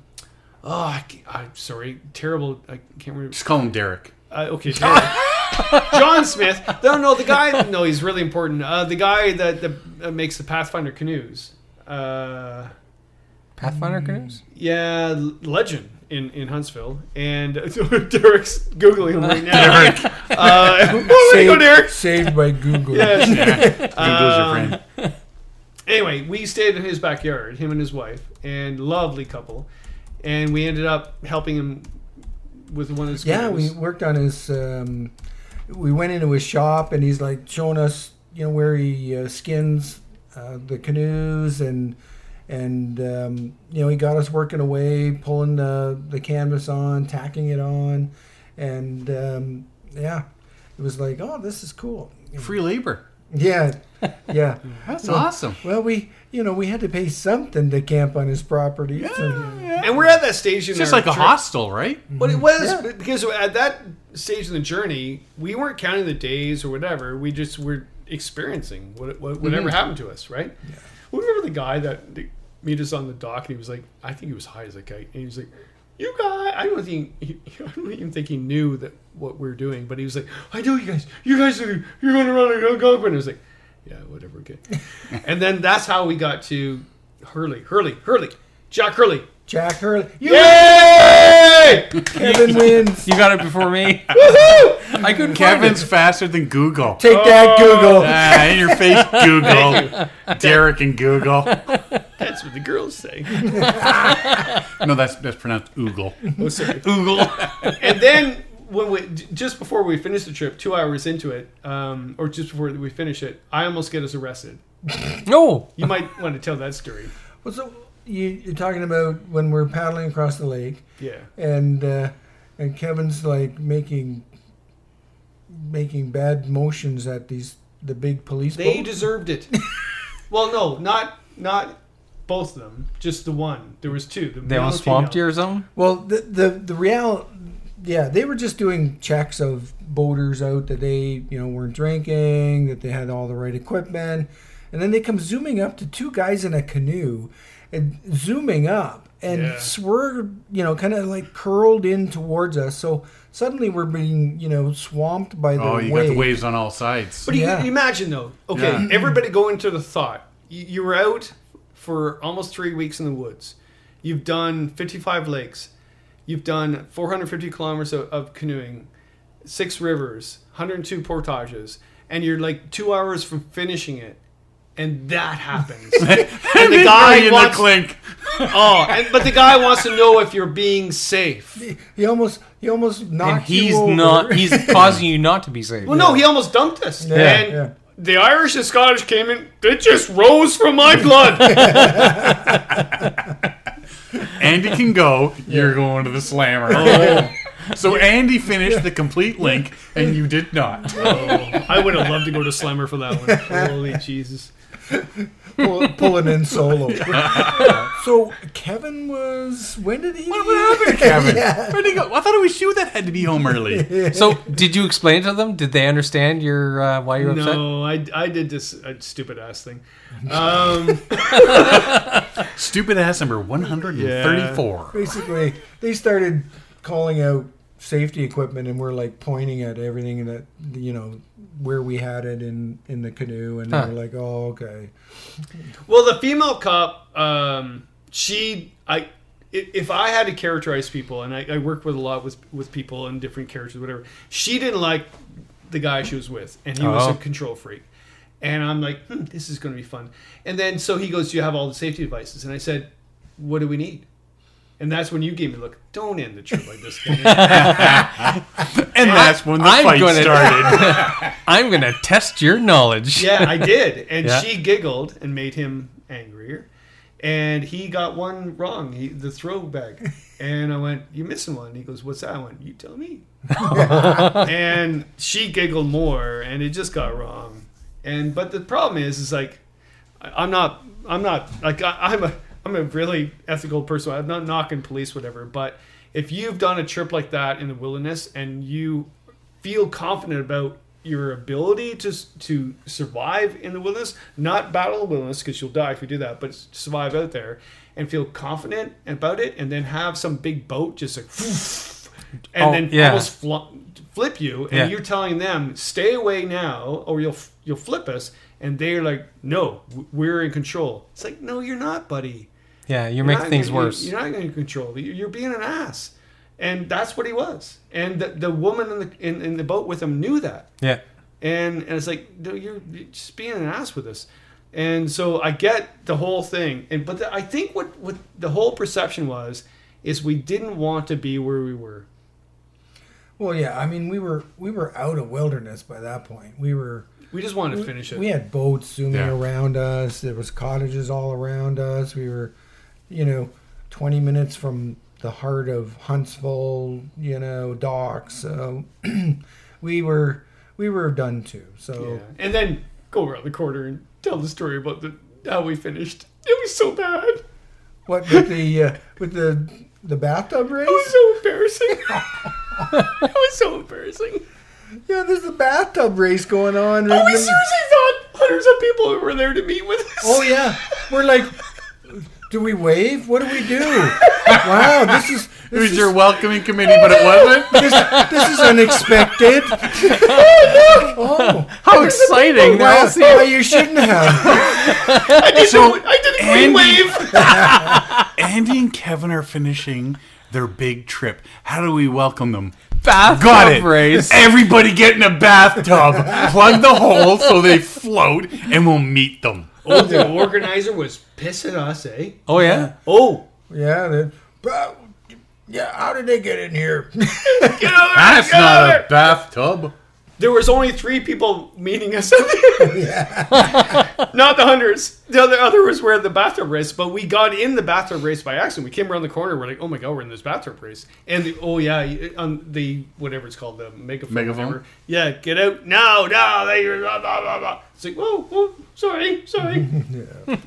Oh, I, am sorry. Terrible. I can't remember.
Just call him Derek.
Uh, okay, Derek. John Smith. No, no, the guy. No, he's really important. Uh, the guy that, that uh, makes the Pathfinder canoes. Uh,
Pathfinder canoes?
Yeah, l- legend in, in Huntsville. And Derek's googling him right now.
Derek.
Uh, whoa, way to go, Derek.
saved by Google.
Yes.
Google's your friend.
Anyway, we stayed in his backyard, him and his wife, and lovely couple. And we ended up helping him with one of his
Yeah, we
canoes.
worked on his. Um, we went into his shop, and he's like showing us, you know, where he uh, skins uh, the canoes, and and um, you know, he got us working away, pulling the the canvas on, tacking it on, and um, yeah, it was like, oh, this is cool.
Free labor.
Yeah, yeah.
That's awesome.
Well, we you know we had to pay something to camp on his property. Yeah,
and we're at that stage in
It's just
our
like a
trip-
hostel, right?
But it was
Yeah.
because at that stage in the journey, we weren't counting the days or whatever. We just were experiencing what, what, whatever happened to us, right? We Remember the guy that that meet us on the dock, and he was like, I think he was high as a kite, and he was like. You guys, I don't think he, I don't even think he knew that what we were doing, but he was like, "I know you guys. You guys are you're going to run a Algonquin." I was like, "Yeah, whatever, okay." and then that's how we got to Hurley, Hurley, Hurley, Jack Hurley.
Jack Hurley, you
Yay!
Kevin wins.
You got it before me. I couldn't
Kevin's faster than Google.
Take that, Google.
Ah, in your face, Google. Derek and Google.
That's what the girls say.
No, that's that's pronounced Oogle.
Oh, sorry.
Google.
and then when we j- just before we finish the trip, two hours into it, um, or just before we finish it, I almost get us arrested.
No.
You might want to tell that story.
Well, so you, you're talking about when we're paddling across the lake,
Yeah.
and uh, and Kevin's like making making bad motions at these the big police
They
boat?
deserved it. well, no, not not both of them. Just the one. There was two. The
They
male
all
and
swamped you
female.
or something?
Well, the the the real, yeah, they were just doing checks of boaters out that they you know weren't drinking, that they had all the right equipment, and then they come zooming up to two guys in a canoe, and zooming up and
Yeah.
swerved, you know, kind of like curled in towards us. So suddenly we're being you know swamped by the
Oh, you got the waves on all sides.
But you
Yeah.
can imagine though. Okay,
Yeah.
everybody go into the thought. You, you were out for almost three weeks in the woods. You've done 55 lakes. You've done 450 kilometers of, of canoeing, six rivers, 102 portages, and you're like two hours from finishing it. And that happens. and the
in
guy
the
wants.
clink.
oh, and, but the guy wants to know if you're being safe.
He almost he almost knocked
and he's
you over.
not. He's causing you not to be saved.
Well, no, he almost dumped us. and
yeah.
the Irish and Scottish came in. It just rose from my blood.
Andy can go. You're going to the slammer.
Oh.
So Andy finished the complete link, and you did not.
I would have loved to go to Slammer for that one. Holy Jesus!
pull, pulling in solo. So Kevin was when did he?
What happened, Kevin? Where'd he go? I thought it was you that had to be home early.
So, did you explain it to them? Did they understand your uh, why you're upset?
No, I, I did this uh, stupid ass thing. Um,
Stupid ass number 134.
basically they started calling out safety equipment and we're like pointing at everything that you know where we had it in in the canoe and
Huh.
we're like oh okay
well, the female cop, um, she I. i- If I had to characterize people, and I, I work with a lot with with people and different characters, whatever, she didn't like the guy she was with, and he was
Oh.
a control freak. And I'm like, hmm, this is going to be fun. And then so he goes, "Do you have all the safety devices?" And I said, "What do we need?" And that's when you gave me the look. Don't end the trip like this. Kevin."
And that's when the
I'm
fight
gonna-
started.
I'm going to test your knowledge.
yeah, I did. And
Yeah.
she giggled and made him angrier. And he got one wrong, he, the throw bag. And I went, You missing one. He goes, What's that? I went, You tell me. and she giggled more and it just got wrong. And but the problem is is like I- I'm not I'm not like I, I'm a I'm a really ethical person. I'm not knocking police, whatever, but if you've done a trip like that in the wilderness and you feel confident about your ability to to survive in the wilderness, not battle the wilderness because you'll die if you do that, but survive out there and feel confident about it, and then have some big boat just like and
Oh,
then
yeah.
almost fl- flip you, and
Yeah.
you're telling them stay away now or you'll you'll flip us, and they're like, no, w- we're in control. It's like no, you're not, buddy.
Yeah, you
You're
make
not
things
gonna-
worse.
You're not going to control. You- You're being an ass, and that's what he was. And the, the woman in the in, in the boat with him knew that,
yeah.
and, and it's like no, you're, you're just being an ass with us. And so I get the whole thing, and but the, I think what what the whole perception was is we didn't want to be where we were.
well yeah i mean we were we were out of wilderness by that point we were
We just wanted to finish it.
we had boats zooming
Yeah.
around us there was cottages all around us we were you know 20 minutes from the heart of huntsville you know docks so we were we were done too so
Yeah. And then go around the corner and tell the story about the how we finished. It was so bad. It
What with the uh, with the the bathtub
was
race?
so embarrassing. it was so embarrassing.
Yeah, there's the bathtub race going on.
Oh, we seriously thought hundreds of people were there to meet with us.
oh yeah, we're like, do we wave? What do we do? wow, this is
It
this
was
is,
your welcoming committee, but it wasn't.
this, this is unexpected. oh,
How exciting! They all
wow,
see-
well, you shouldn't have.
I did,
So,
the, I did a green
Andy-
wave.
Andy and Kevin are finishing their big trip. How do we welcome them?
Bathtub
Got it.
race.
Everybody get in a bathtub, plug the hole so they float, and we'll meet them.
Oh, the organizer was pissing us, eh?
Oh yeah.
Oh,
Yeah, then, but, yeah. How did they get in here?
get out of there!
That's
get out of
not a
there.
bathtub.
There was only three people meeting us. At the Not the hundreds. The other other was where the bathtub race. But we got in the bathtub race by accident. We came around the corner. We're like, oh my god, we're in this bathtub race. And the, oh yeah, you- on the whatever it's called, the megaphone.
Megaphone?
whatever. Yeah, get out. No, no, they blah, blah, blah, blah. It's like, whoa, whoa, sorry, sorry. Yeah.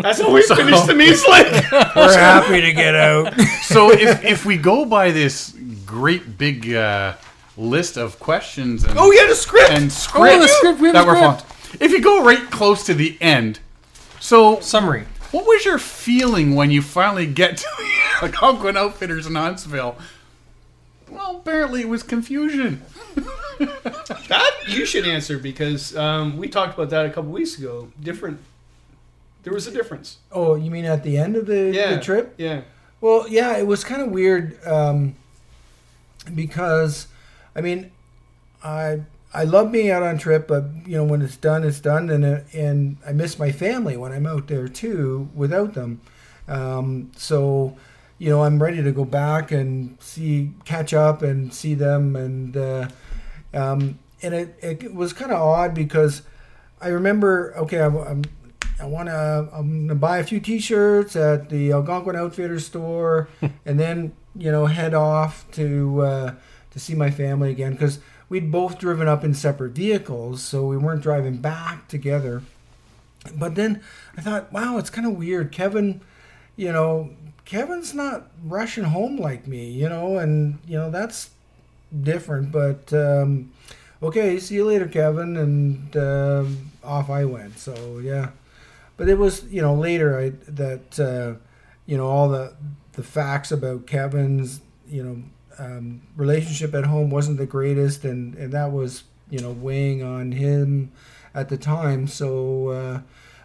That's how we finished the meets like.
We're happy to get out.
so if if we go by this great big uh, list of questions and,
Oh, we had a script.
and scripts
the script, we have
that
a
were
script.
fun- if you go right close to the end, so
Summary.
what was your feeling when you finally get to the Algonquin Outfitters in Huntsville? Well, apparently it was confusion.
That you should answer because um, we talked about that a couple weeks ago. Different. There was a difference.
Oh, you mean at the end of the,
Yeah.
the trip?
Yeah.
Well, yeah, it was kind of weird um, because, I mean, I I love being out on trip, but you know when it's done, it's done, and uh, and I miss my family when I'm out there too without them. Um, so, you know, I'm ready to go back and see catch up and see them, and uh, um, and it it was kind of odd because I remember okay, I'm. I'm I want to. I'm gonna buy a few T-shirts at the Algonquin Outfitters store, and then you know head off to uh, to see my family again because we'd both driven up in separate vehicles, so we weren't driving back together. But then I thought, wow, it's kind of weird, Kevin. You know, Kevin's not rushing home like me. You know, and you know that's different. But um, okay, see you later, Kevin, and um off I went. So yeah but it was you know later I that uh, you know all the the facts about Kevin's you know um, relationship at home wasn't the greatest, and and that was you know weighing on him at the time. So, uh,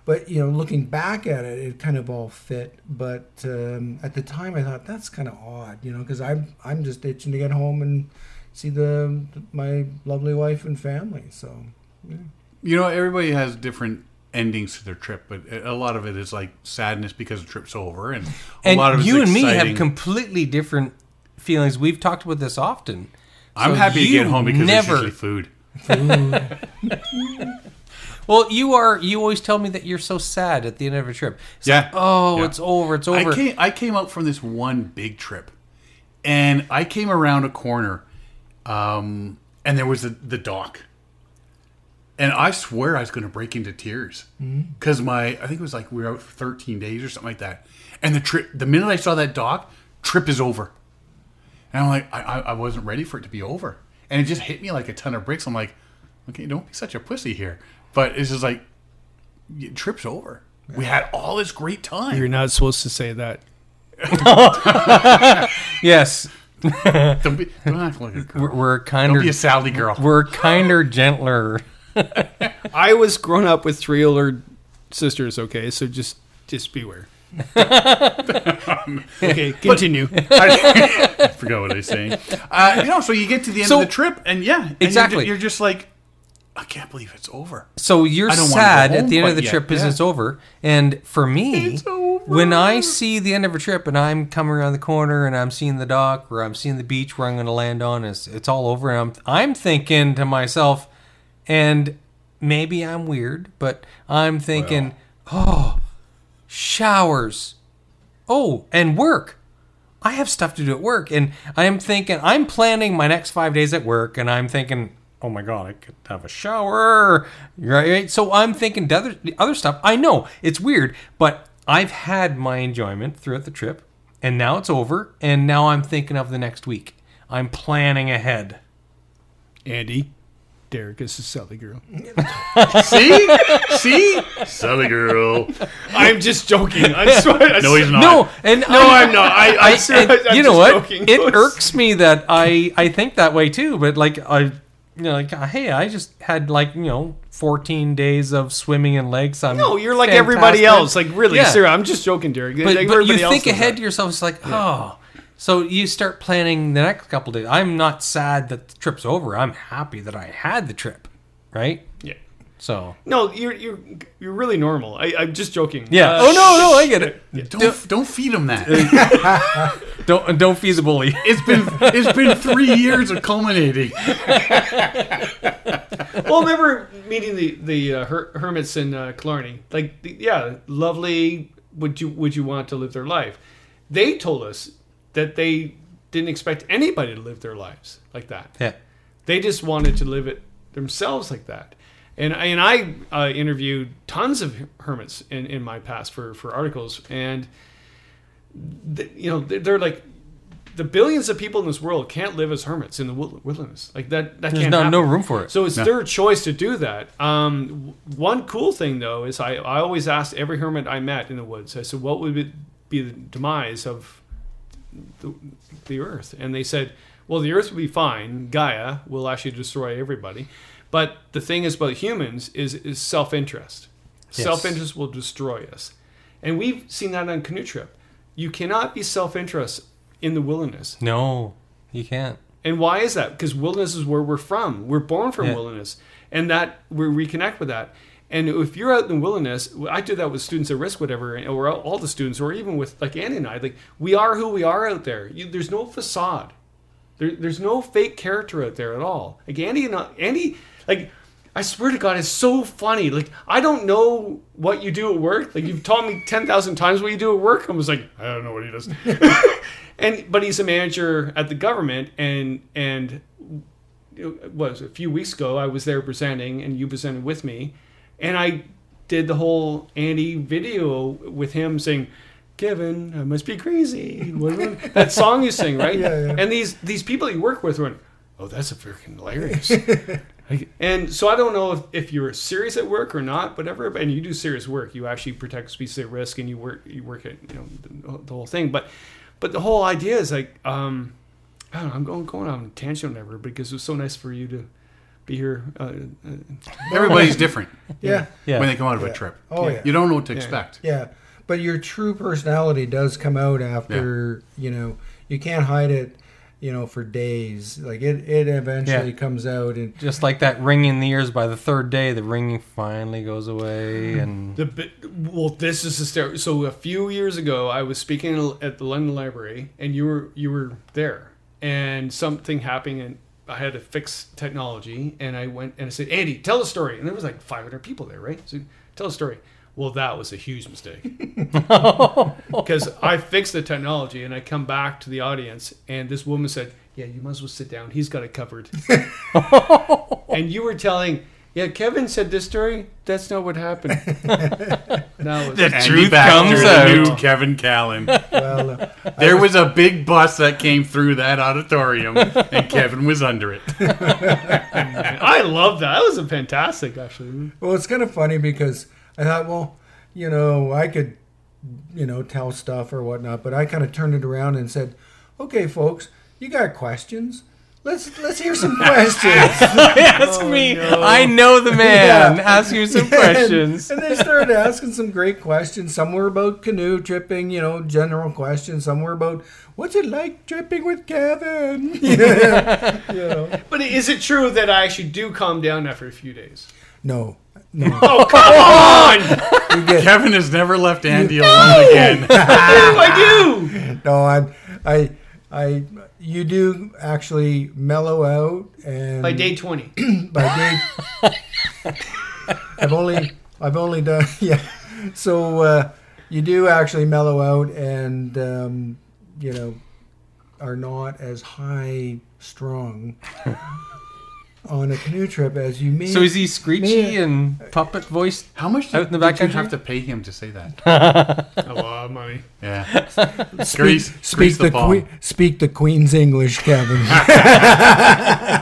but you know looking back at it, it kind of all fit. But um, at the time, I thought that's kind of odd, you know, because I'm I'm just itching to get home and see the my lovely wife and family. So.
You know, everybody has different endings to their trip, but a a lot of it is like sadness because the trip's over, and a
And
lot of it's
you and me have
exciting.
completely different feelings. We've talked about this often.
I'm
So
happy to
you
get home because there's usually food.
Well, you are. You always tell me that you're so sad at the end of a trip. It's
Yeah.
like, oh,
Yeah.
it's over. It's over.
I came I came out from this one big trip, and I came around a corner, um, and there was the the dock, and I swear I was going to break into tears
Mm-hmm.
because my I think it was like we were out for thirteen days or something like that, and the trip the minute I saw that dock, trip is over, and I'm like I I, I wasn't ready for it to be over, and it just hit me like a ton of bricks. I'm like, okay, don't be such a pussy here, but it's just like, y- trip's over. We had all this great time.
You're not supposed to say that.
yes,
Don't be don't act like a girl.
we're, we're kinder.
Don't be a Sally girl.
we're kinder, gentler.
I was grown up with three older sisters. Okay, so just just beware. okay, continue.
I, I forgot what I was saying. Uh, you know, so you get to the end
So-
of the trip, and yeah, and you're ju-
Exactly.
You're, just like, I can't believe it's over.
So you're
I don't wanna go
sad
home
at the end of
quite
the
yet.
trip because
Yeah.
it's over. And for me,
It's over.
when I see the end of a trip and I'm coming around the corner and I'm seeing the dock or I'm seeing the beach where I'm going to land on, it's, it's all over. And I'm, I'm thinking to myself, and maybe I'm weird, but I'm thinking, oh, showers. Oh, and work. I have stuff to do at work, and I'm thinking I'm planning my next five days at work, and I'm thinking, oh my god, I could have a shower, right? So I'm thinking the other the other stuff. I know it's weird, but I've had my enjoyment throughout the trip, and now it's over, and now I'm thinking of the next week. I'm planning ahead.
Andy, Derek is a Sally girl.
See, see, Sally girl.
I'm just joking. I'm sorry.
No, he's not.
No, and
No, I'm not. I, I'm,
I,
serious.
and
I'm
you know
just
what?
joking.
It irks me that I I think that way too. But like I, you know, like uh, hey, I just had like you know 14 days of swimming and legs. I'm
No, you're like everybody
fantastic.
else. Like really,
Yeah.
sir. I'm just joking, Derek.
But,
Like,
but you
everybody else
think
does
ahead
that.
to yourself. It's like oh, so you start planning the next couple days. I'm not sad that the trip's over. I'm happy that I had the trip, right?
Yeah.
So
No, you're you're you're really normal. I, I'm just joking.
yeah.
Uh,
oh no, no, I get it.
Don't f- don't feed him that.
Don't don't feed the bully.
It's been it's been three years of culminating.
well, I remember meeting the the uh, her- hermits in uh, Killarney. Like, the, yeah, lovely. Would you would you want to live their life? They told us that they didn't expect anybody to live their lives like that.
Yeah.
They just wanted to live it themselves like that. And I- and I uh, interviewed tons of hermits in, in my past for for articles, and th- you know they're, they're like. The billions of people in this world can't live as hermits in the wil- wilderness. Like that, that
There's
can't
not,
happen.
no room for it.
So it's their choice to do that. Um, w- one cool thing though is I, I always asked every hermit I met in the woods. I said, "What would it be the demise of the, the earth?" And they said, "Well, the earth will be fine. Gaia will actually destroy everybody, but the thing is about humans is is self interest.
Yes.
Self interest will destroy us, and we've seen that on canoe trip. You cannot be self interest in the wilderness.
no, you can't.
And why is that? Because wilderness is where we're from. We're born from
Yeah.
wilderness, and that we reconnect with that. And if you're out in the wilderness, I do that with students at risk, whatever, or all the students, or even with like Andy and I. Like we are who we are out there. You, there's no facade. There, there's no fake character out there at all. Like Andy and I, Andy, like I swear to God, it's so funny. Like I don't know what you do at work. Like you've told me ten thousand times what you do at work. I was like, I don't know what he does. and but he's a manager at the government, and and it was a few weeks ago. I was there presenting, and you presented with me, and I did the whole Andy video with him saying, "Kevin, I must be crazy." What- what- that song you sing, right?
Yeah, yeah.
And these these people you work with went, "Oh, that's a freaking hilarious." Like, and so I don't know if, if you're serious at work or not, whatever. And you do serious work. You actually protect species at risk, and you work you work at you know the, the whole thing. But but the whole idea is like. um I don't know, I'm going going on a tangent on everybody because it was so nice for you to be here. Uh, uh,
Everybody's different
Yeah.
Yeah.
when they come out of
Yeah.
a trip.
Oh, yeah.
You don't know what to expect.
Yeah, but your true personality does come out after you know you can't hide it. You know, for days, like it, it eventually
Yeah.
comes out, and
Just like that ring in the ears. By the third day, the ringing finally goes away, and
the bi- well, this is hysterical. So a few years ago, I was speaking at the London Library, and you were you were there, and something happened, and I had to fix technology, and I went and I said, Andy, tell a story, and there was like 500 people there, right? So tell a story. Well, that was a huge mistake. because I fixed the technology and I come back to the audience and this woman said, "Yeah, you might as well sit down. He's got it covered." and you were telling, "Yeah, Kevin said this story. That's not what happened." no, it was-
Andy
truth
Baxter,
comes
the
out.
new Kevin Callan.
well, uh,
There was a big bus that came through that auditorium, and Kevin was under it.
I love that. That was a fantastic, actually.
well, it's kind of funny because I thought, well, you know, I could, you know, tell stuff or whatnot, but I kind of turned it around and said, okay, folks, you got questions? Let's let's hear some questions.
ask me. I know the man. Ask you some questions.
And, and they started asking some great questions. Some were about canoe tripping, you know, general questions. Some were about what's it like tripping with Kevin? Yeah, you know.
But is it true that I actually do calm down after a few days?
No. No.
Oh come on!
You get,
Kevin has never left Andy alone again.
I do.
no, I I I you do actually mellow out and
By day twenty.
by day I've only I've only done yeah. So uh, you do actually mellow out and um, you know are not as high strung on a canoe trip as you may.
So is he screechy
Yeah.
and puppet voiced?
How much
Out
did,
in the back
did you
country?
have to pay him to say that?
A lot of money.
Yeah. grease, grease the, palm.
que- speak the Queen's English, Kevin.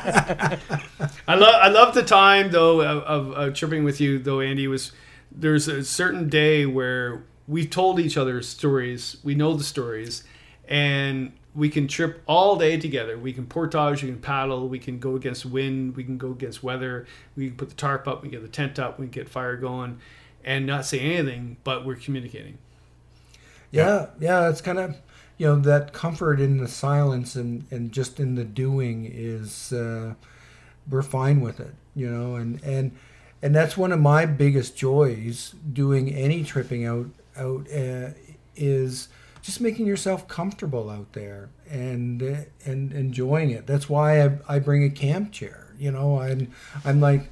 I love I love the time though of, of, of tripping with you though Andy was there's a certain day where we've told each other stories we know the stories and we can trip all day together we can portage we can paddle we can go against wind we can go against weather we can put the tarp up we can get the tent up we can get fire going and not say anything but we're communicating
yeah, yeah, it's kind of you know that comfort in the silence and and just in the doing is uh, we're fine with it, you know, and and and that's one of my biggest joys doing any tripping out out uh, is just making yourself comfortable out there and uh, and enjoying it. That's why I, I bring a camp chair. You know, I'm I'm like,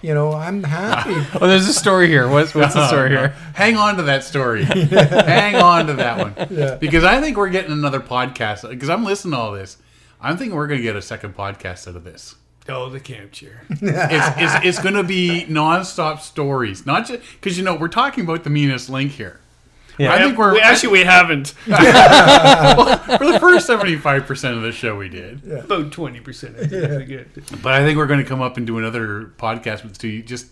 you know, I'm happy.
Oh, there's a story here. What's what's
Oh,
the story here?
Hang on to that story. Hang on to that one. Because I think we're getting another podcast. Because I'm listening to all this. I'm thinking we're going to get a second podcast out of this.
Oh, the camp chair.
It's, it's, it's going to be nonstop stories. Not just because, you know, we're talking about the meanest link here. I think we're
We- actually we haven't.
for the first 75% of the show we did.
About twenty percent. Good.
But I think we're going to come up and do another podcast with two just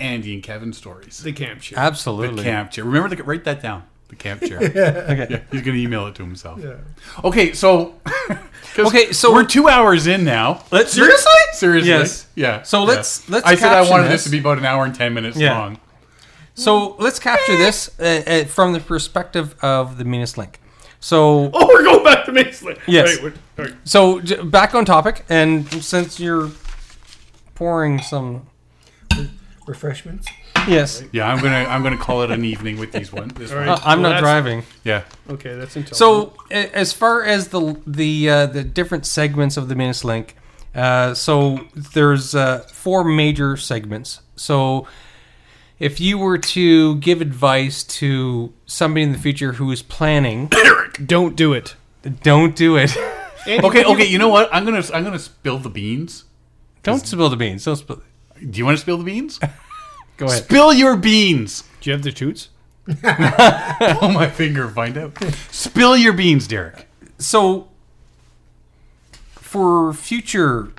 Andy and Kevin stories.
The camp chair.
The
Absolutely.
camp chair. Remember to write that down. The camp chair.
Okay.
He's going to email it to himself. Okay, so 'cause
Okay, so-
we're 2 hours in now.
Let's
Seriously? Seriously.
Yes.
Yeah.
So
yeah.
let's- let's
I said I
caption
wanted this. to
this.
be about an hour and 10 minutes
Yeah.
long.
So let's capture this uh, uh, from the perspective of the meanest link. So
Oh, we're going back to Mason.
Yes.
Right, we're- all right.
so j- back on topic, and since you're pouring some,
Refreshments.
yes,
Yeah, I'm going to I'm going to call it an evening with these one. This
All
one.
right.
Uh, I'm
Well,
not
that's-
driving.
Yeah.
Okay, that's intelligent.
So a- as far as the the uh, the different segments of the Minus Link, uh, so there's uh, four major segments. So if you were to give advice to somebody in the future who is planning,
don't do it.
don't do it.
Andy,
Okay, okay, you know what? I'm going to I'm going to spill the beans.
don't spill the beans. Don't spill.
Do you want to spill the beans?
Go ahead.
Spill your beans.
Do you have the toots?
Pull my finger and find out. Spill your beans, Derek.
so for future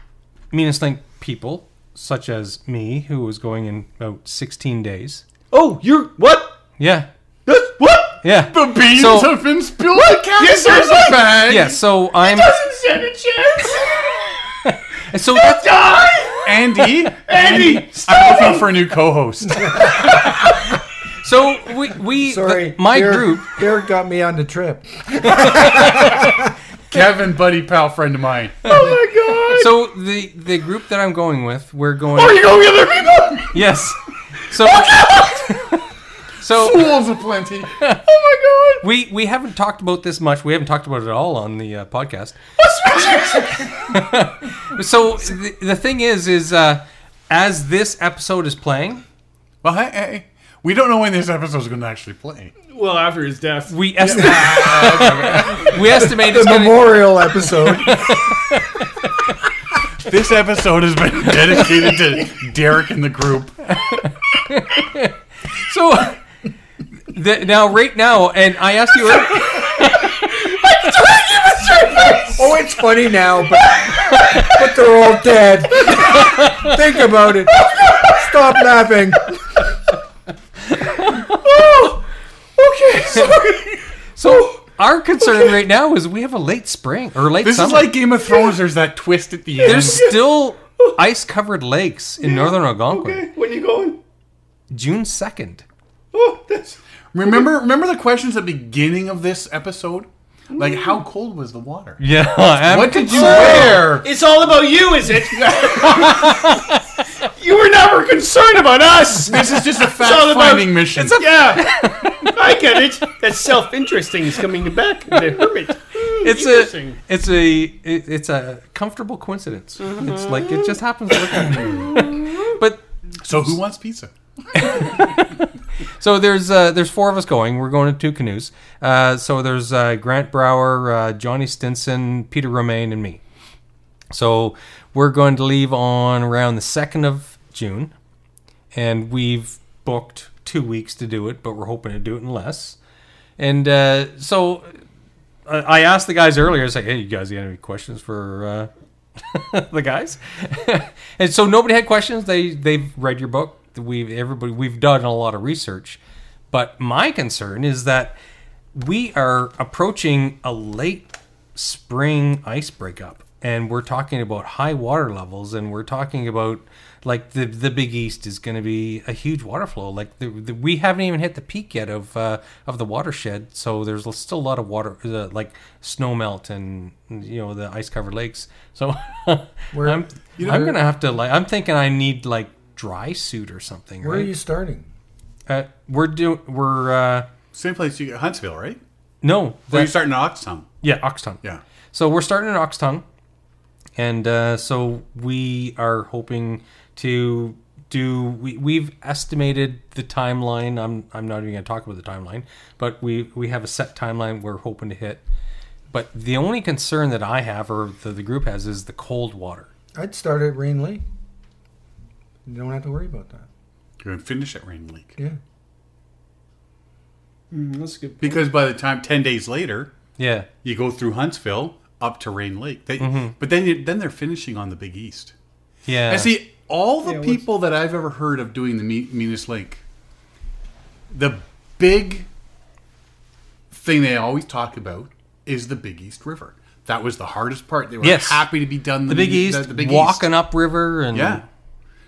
Minus Link people, such as me, who was going in about 16 days.
Oh, you're what?
Yeah.
That's- What?
Yeah.
The beans
So-
have been spilled. What? Yes, there's a bag.
Yeah, so I'm
Send a chance.
so that's
Andy.
Andy,
I'm looking for a new co-host.
so we we
Sorry,
the- my
Derek-
group
Derek got me on the trip.
Kevin, buddy, pal, friend of mine.
Oh
so the the group that I'm going with, we're going
my god. Are you going with other people?
Yes. So So
Fools aplenty.
Oh my god.
we we haven't talked about this much. We haven't talked about it at all on the uh, podcast. so the, the thing is is uh as this episode is playing,
Well, hey, hey, we don't know when this episode's going to actually play.
Well, after his death.
we estimate we estimate it's going
Memorial episode.
This episode has been dedicated to Derek and the group.
So the, now, right now, and I asked you. ear-
Oh, it's funny now, but but they're all dead. Think about it. Stop laughing.
So our concern right now is we have a late spring or late
This
summer.
is like Game of Thrones. There's that twist at the end.
there's still ice-covered lakes in northern Algonquin.
Okay, when you going?
June second.
Oh, that's.
Remember, remember the questions at the beginning of this episode, like how cold was the water?
Yeah.
What did you wear?
It's all about you, is it? you were never concerned about us.
This is just a
all about-
fact-finding mission.
yeah, I get it. That self-interesting is coming back. The hermit.
It's a.
Interesting.
It's a. it- It's a comfortable coincidence. It's like it just happens. all the time. but
so who wants pizza?
So there's uh, there's four of us going. We're going in two canoes. Uh, so there's uh, Grant Brower, uh, Johnny Stinson, Peter Romaine, and me. So we're going to leave on around the second of June, and we've booked two weeks to do it, but we're hoping to do it in less. And uh, so I I asked the guys earlier. I was like, "Hey, you guys, got any questions for uh, the guys?" and so nobody had questions. They they've read your book. We've everybody we've done a lot of research. But my concern is that we are approaching a late spring ice breakup, and we're talking about high water levels, and we're talking about like the the Big East is going to be a huge water flow. Like the, the, we haven't even hit the peak yet of uh, of the watershed, so there's still a lot of water, uh, like snow melt and you know the ice covered lakes. So I'm
We're-
I'm gonna have to like I'm thinking I need like dry suit or something,
Where are
right?
you starting?
uh, we're doing we're uh,
Same place you get Huntsville, right?
no,
Where you
that-
starting in Oxtown?
yeah, Oxton.
Yeah.
So we're starting at Oxtongue, and uh, so we are hoping to do. We, we've estimated the timeline. I'm I'm not even going to talk about the timeline, but we we have a set timeline we're hoping to hit. But the only concern that I have, or that the group has, is the cold water.
I'd start at Rain Lake. You don't have to worry about that.
You're gonna finish at Rain Lake
Yeah.
Mm, that's a good. point.
because by the time ten days later
Yeah,
you go through Huntsville up to Rain Lake, they, but then you, then they're finishing on the Big East.
Mm-hmm. yeah.
And see, all the
Yeah, what's-
people that I've ever heard of doing the Me- Meanest Lake, the big thing they always talk about is the Big East River. That was the hardest part. They were
Yes.
happy to be done.
the Big
Me-
East, walking up river, and
Yeah.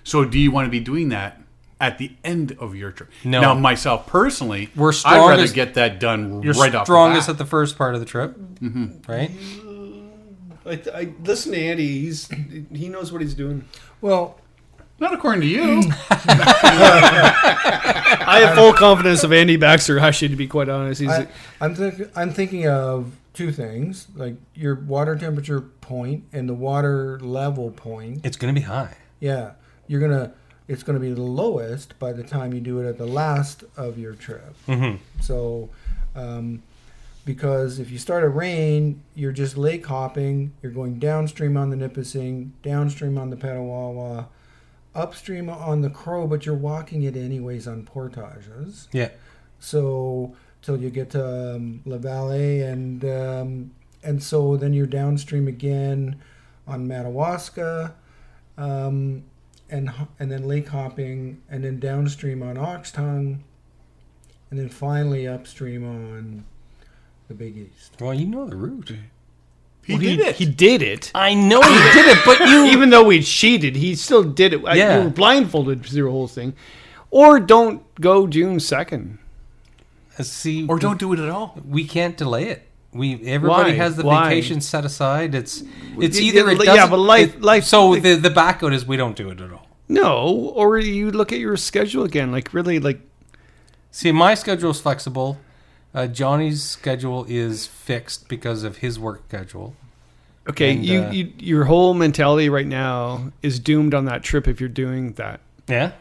So do you want to be doing that at the end of your trip?
No.
Now, myself personally,
We're
I'd rather
strongest-
get that done
you're
right off
strongest
the Mm-hmm.
at the first part of the trip, right?
I, I listen to Andy. He's he knows what he's doing.
Well,
bat. Not according to you.
Mm.
I have full confidence of Andy Baxter. Actually, to be quite honest, he's
I, I'm think, I'm thinking of two things, like your water temperature point and the water level point.
It's going to be high.
Yeah, you're gonna. It's gonna be the lowest by the time you do it at the last of your trip.
Mm-hmm.
So, um, because if you start a rain, you're just lake hopping. You're going downstream on the Nipissing, downstream on the Petawawa, upstream on the Crow, but you're walking it anyways on portages.
Yeah.
So till you get to um, La Vallée, and um, and so then you're downstream again on Madawaska, um, and ho- and then lake hopping, and then downstream on Oxtongue, and then finally upstream on the Big East.
Well, you know the route.
He did it.
He did it.
I know you did it, but you
Even though we cheated, he still did it. I-
Yeah.
we were blindfolded through the whole thing. Or don't go June second.
Uh, see
or don't do it at all.
we can't delay it. We everybody
Why?
has the
Why?
vacation set aside. It's it's
you-
either it
yeah,
doesn't-
but life-
it-
life-
So the the back out is we don't do it at all.
No, or you look at your schedule again. Like really, like
See, my schedule is flexible. Uh, Johnny's schedule is fixed because of his work schedule.
okay,
And,
you,
uh,
you your whole mentality right now is doomed on that trip if you're doing that.
Yeah.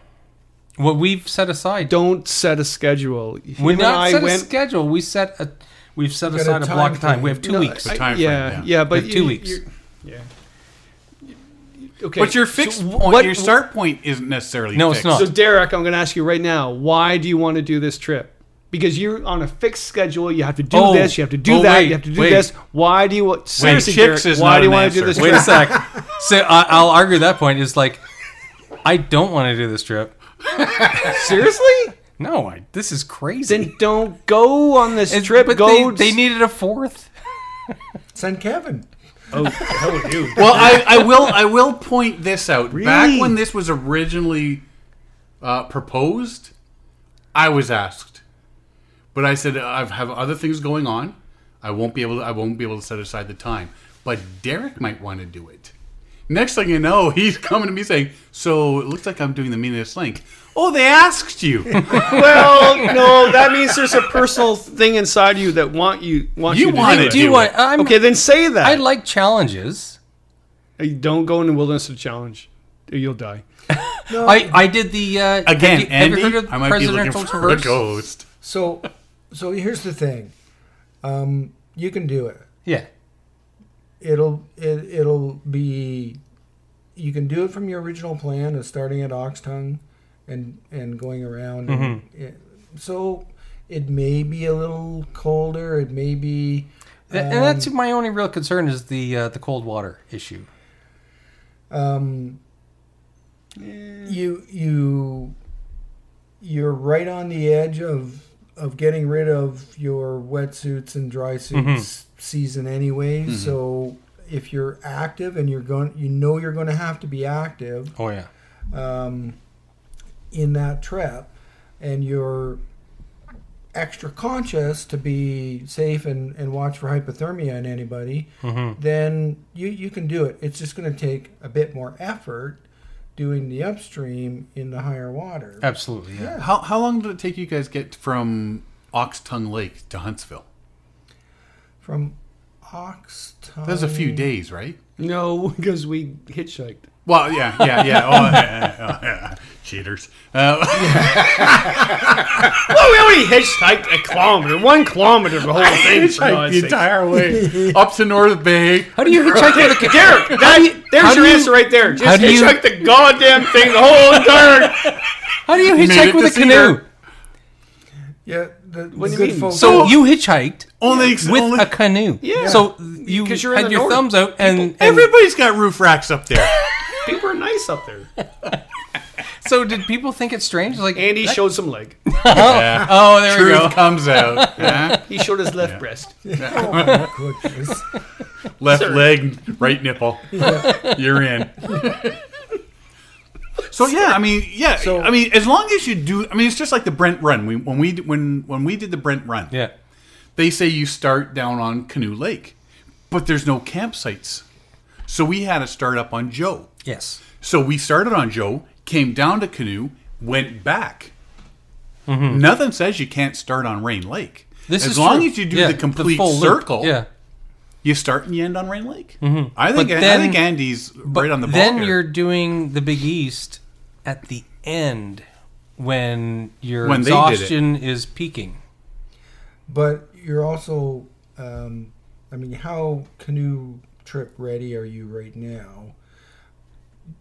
What we've set aside.
Don't set a schedule. Him
we
and
not
I
set a
went-
schedule. We set a we've set
We've got
aside
a
a, block of
time
time. We
frame.
have two
No,
weeks.
I-
The time frame,
yeah,
yeah.
yeah, but
have
you-
two
you-
weeks.
you're- Yeah. You- you- Okay.
But your fixed
so
point,
what-
your start point isn't necessarily
No, it's
fixed.
not.
So Derek, I'm going to ask you right now, why do you want to do this trip? Because you're on a fixed schedule. You have to do
Oh.
this. You have to do
Oh,
that.
wait,
you have to do
wait.
this. Why do you want? Seriously,
chicks
Derek,
is
why
not
do you
an
want to do
answer.
this
Wait
trip?
a sec. So I, I'll argue that point is like, I don't want to do this trip.
Seriously?
No, I, this is crazy.
Then don't go on this
It's-
trip.
but
go.
They, they needed a fourth.
Send Kevin.
Oh, hell with you.
well, I, I will. I will point this out.
Really?
Back when this was originally uh, proposed, I was asked, but I said I have other things going on. I won't be able. To, I won't be able to set aside the time. But Derek might want to do it. Next thing you know, he's coming to me saying, "So it looks like I'm doing the meanest link." Oh, they asked you.
well, no, that means there's a personal thing inside you that want you want
You
you, to
want
do
it.
it.
Do you
do
want? I'm,
Okay, then say that.
I like challenges.
Hey, don't go in the wilderness to challenge. You'll die.
No,
I, I did the uh,
Again,
Have you, have
Andy,
you heard of
I might be looking
presidential
for
traverse?
a ghost.
so so here's the thing. Um, you can do it.
Yeah,
it'll it, it'll be you can do it from your original plan of starting at Oxtongue and and going around and it, so it may be a little colder it may be
Th- and that's my only real concern is the uh, the cold water issue.
um you you you're right on the edge of of getting rid of your wetsuits and dry suits season anyway so if you're active and you're going you know you're going to have to be active
Oh yeah,
um, in that trip, and you're extra conscious to be safe and, and watch for hypothermia in anybody, then you, you can do it. It's just going to take a bit more effort doing the upstream in the higher water.
Uh, Absolutely, yeah.
Yeah.
How how long did it take you guys get from Oxtongue Lake to Huntsville?
From Oxton.
That was a few days, right?
No, because we hitchhiked.
Well, yeah, yeah, yeah. Oh, yeah, yeah, oh, yeah. Cheaters. Uh,
Oh, we only hitchhiked a kilometer, one kilometer of the whole thing. for
hitchhiked
God's
the
sake.
entire way up to North Bay.
How do you hitchhike with a ca-
Derek, that, there's
how do
your
you-
answer right there.
how
Just
do you-
hitchhiked the goddamn thing the whole entire.
How do you
Made it
hitchhike with
to
a canoe?
Cedar.
Yeah. The, the
do you
good
mean?
folks-
So you hitchhiked
Only, ex-
with
only
a canoe.
Yeah.
So you
'Cause you're in
had
the
your
north.
thumbs out and, and-
everybody's got roof racks up there.
People are nice up there.
so did people think it's strange? Like
Andy showed some leg.
Yeah.
Oh, there we go.
Truth comes out. Yeah.
He showed his left breast.
Goodness.
Left
Sir.
leg, right nipple. You're in. So yeah, I mean, yeah,
So-
I mean, as long as you do, I mean, it's just like the Brent Run. We, when we when when we did the Brent Run,
Yeah.
they say you start down on Canoe Lake, but there's no campsites. So we had to start up on Joe.
Yes.
So we started on Joe, came down to Canoe, went back. Nothing says you can't start on Rain Lake.
Mm-hmm. This
as
is
long
true.
as you do
Yeah,
the complete
full loop.
circle,
Yeah. Mm-hmm.
you start and you end on Rain Lake. I think
But
I
then-
think Andy's right on the ball.
then
here.
you're doing the Big East at the end when your
When they did it.
exhaustion is peaking.
But you're also, um, I mean, how canoe trip ready are you right now?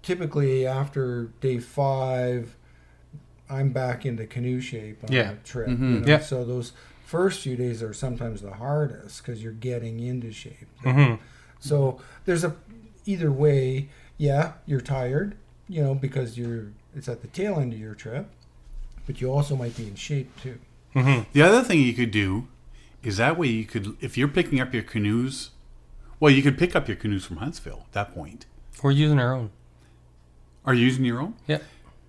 Typically, after day five, I'm back into canoe shape on
Yeah. Mm-hmm.
a trip. You know?
Yeah.
So those first few days are sometimes the hardest because you're getting into shape.
Mm-hmm.
So there's a either way. Yeah, you're tired, you know, because you're it's at the tail end of your trip, but you also might be in shape too.
The other thing you could do is that way you could, if you're picking up your canoes, well, you could pick up your canoes from Huntsville at that point.
We're using our own.
Are you using your own?
Yeah.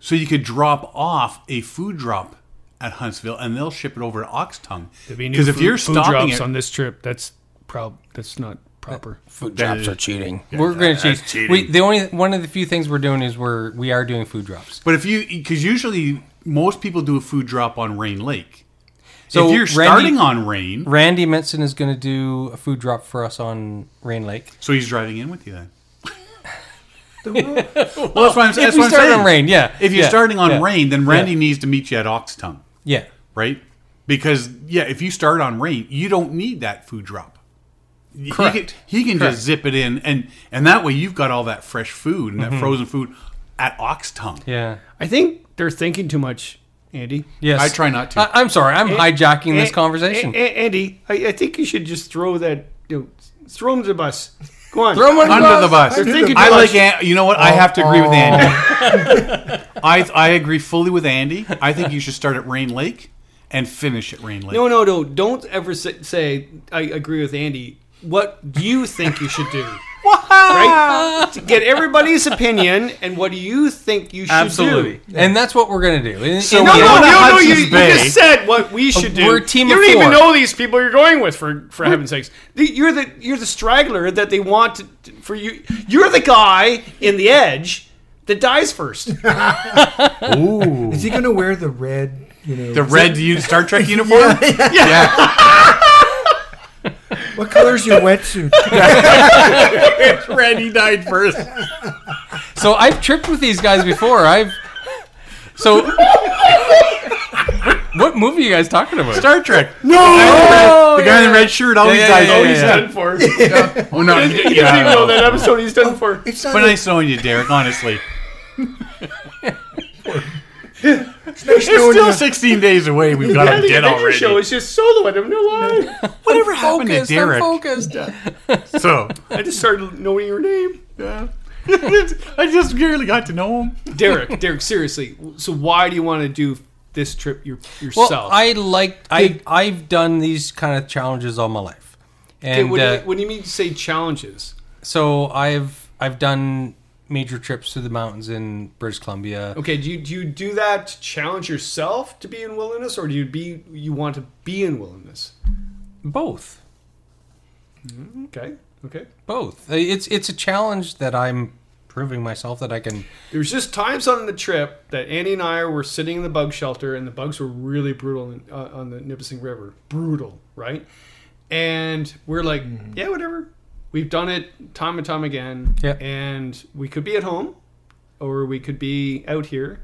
So you could drop off a food drop at Huntsville, and they'll ship it over to Oxtongue. Because if you're stopping it,
on this trip, that's prob that's not proper.
Food
drops are
cheating. We're going to
that's
cheat. We, the only one of the few things we're doing is we're we are doing food drops.
but if you, because usually most people do a food drop on Rain Lake.
So
if you're
Randy-
starting on Rain,
Randy Menson is going to do a food drop for us on Rain Lake.
so he's driving in with you then.
The rule-
Well, that's what I'm, that's
if we
what I'm
start
saying.
on Rain, yeah.
If you're
Yeah.
starting on
Yeah.
Rain, then Randy needs to meet you at Oxtongue.
Yeah.
right? Because yeah, if you start on rain, you don't need that food drop. He
Correct.
can, he can
Correct.
just zip it in, and and that way you've got all that fresh food and that frozen food at ox tongue.
Yeah.
I think they're thinking too much, Andy.
Yes.
I try not to.
I, am sorry. I'm hijacking this
A-
conversation.
A- A- Andy, I, I think you should just throw that. You know, throw him to the bus. Go on.
Throw him under
Under the bus.
They're thinking
I
too
like.
much.
An- you know what? I have to agree with Andy. I I agree fully with Andy. I think you should start at Rain Lake and finish at Rain Lake.
No, no, no. Don't ever say, say I agree with Andy. What you think you should do. right? To get everybody's opinion and what do you think you should do?
And that's what we're going to do. And-
So
and-
No,
We're
no,
going to
no, no, you,
Hudson's
you
Bay.
just said what we should do.
We're a team
you
of
don't even
four.
know these people you're going with for for heaven's sakes. The- You're the you're the straggler that they want to, to- for you. You're the guy in the edge that dies first.
Ooh,
Is he going to wear the red? You know,
the red u- Star Trek uniform. yeah.
what color's your wetsuit?
Randy died first.
So I've tripped with these guys before. I've so. what movie are you guys talking about?
Star Trek. No,
Oh,
the guy in the red shirt always
Yeah, yeah,
dies.
yeah,
oh,
yeah,
he's
yeah.
dead.
for. You
Oh no,
don't even know that episode he's done for.
It's not.
But
a-
nice knowing you, Derek. Honestly,
it's
it's
no-
still 16 days away. We've got him
The
dead
video
already.
show is just solo. I don't know why.
Whatever happened to
Focused. I'm
Derek?
focused.
So
I just started knowing your name,
I just barely got to know him.
Derek. Derek, seriously. So why do you want to do this trip your,
Well,
yourself?
I like I I've done these kind of challenges all my life,
Okay,
and
what, do
uh,
you, what do you mean? Say challenges.
so I've I've done major trips through the mountains in British Columbia.
Okay, do you do you do that to challenge yourself to be in wilderness, or do you be you want to be in wilderness?
Both,
Okay, okay.
Uh, both. It's it's a challenge that I'm proving myself that I can.
There was just times on the trip that Andy and I were sitting in the bug shelter, and the bugs were really brutal in, uh, on the Nipissing River. Brutal, right? And we're like, yeah, whatever. We've done it time and time again.
Mm. Yeah.
And we could be at home, or we could be out here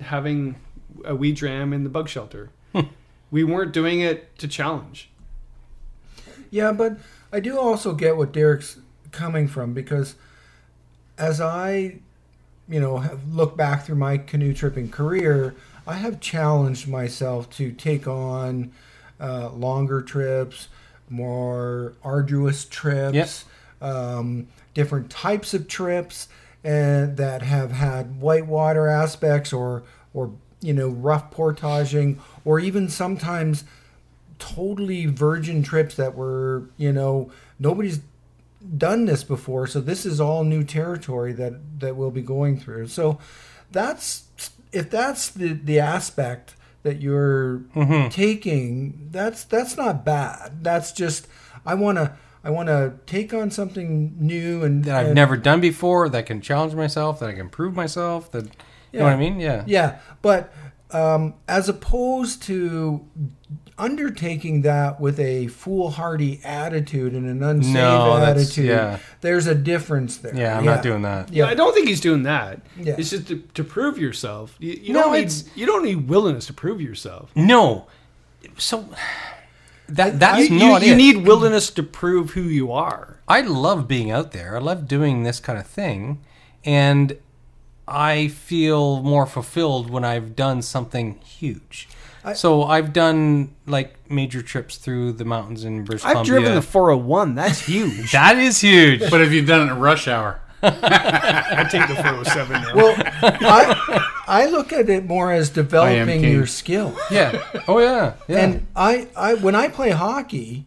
having a wee dram in the bug shelter.
Hmm.
we weren't doing it to challenge.
Yeah, but I do also get what Derek's coming from because as I, you know, have looked back through my canoe tripping career, I have challenged myself to take on uh, longer trips, more arduous trips, um, different types of trips, and that have had whitewater aspects or or you know rough portaging or even sometimes totally virgin trips that were, you know, nobody's done this before, so this is all new territory that that we'll be going through. So that's if that's the the aspect that you're
Mm-hmm.
taking, that's that's not bad. That's just I want to I want to take on something new and
That I've
and-
never done before. That I can challenge myself. That I can prove myself. That you know what I mean? Yeah.
Yeah, but um, as opposed to undertaking that with a foolhardy attitude and an unsafe
No, that's-
attitude,
yeah.
there's a difference there.
Yeah, I'm not doing that.
Yeah.
I don't think he's doing that.
Yeah.
It's just to, to prove yourself. You, you
No,
don't need,
it's-
you don't need willingness to prove yourself.
No. So that that's
you, you-
not
you
it.
need willingness to prove who you are.
I love being out there. I love doing this kind of thing, and I feel more fulfilled when I've done something huge. so I've done like major trips through the mountains in British
I've
Columbia.
driven the 401. That's huge.
that is huge.
But have you done it in rush hour?
I take the 407 now.
Well, I, I look at it more as developing
king.
your skill.
yeah. Oh yeah. Yeah.
And I, I, when I play hockey,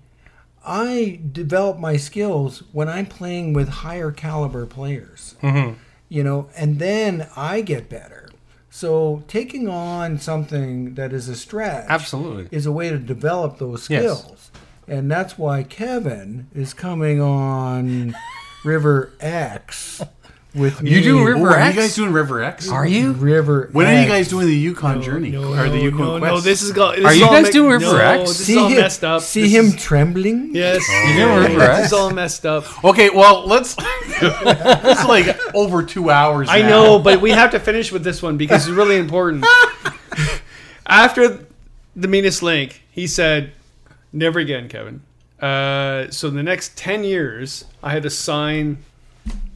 I develop my skills when I'm playing with higher caliber players. You know, and then I get better. So taking on something that is a stretch
Absolutely.
is a way to develop those
Yes.
skills. And that's why Kevin is coming on River X with me.
You do River
Oh, are
X?
you guys doing River X?
Are you?
River
When are you
X.
guys doing the Yukon journey or the Yukon
no,
quest?
no, this is all. This
Are
is
you
all
guys
me-
doing River
no,
X?
This
see
is all
him,
messed up.
See
This
him
is-
trembling?
Yes.
doing
Yeah,
River
yeah,
X?
This is all messed up.
okay. Well, let's. it's like over two hours.
I
now.
know, but we have to finish with this one because it's really important. After the meanest link, he said, "Never again, Kevin." Uh, so the next ten years, I had to sign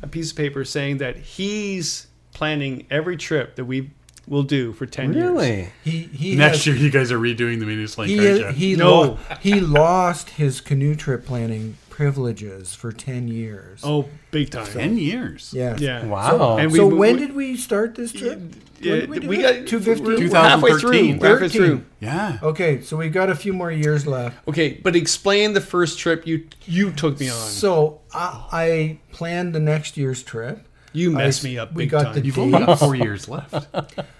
a piece of paper saying that he's planning every trip that we will do for ten years.
Really?
He, he
Next
has-
year, you guys are redoing the meanest link,
He, uh,
aren't you?
he,
No.
lo- he lost his canoe trip planning privileges for 10 years.
Oh, big time!
Ten years.
yeah.
Yeah.
Wow.
and
so
we-
when
we-
did we start this trip? When
Yeah,
did do
we
it?
got
215?
We're halfway
2013.
through. We're halfway through.
Yeah.
Okay, so we've got a few more years left.
Okay, but explain the first trip you you took me on.
So I, I planned the next year's trip.
You messed
I-
me up
we
big
got
time.
the-
You've only got four years left.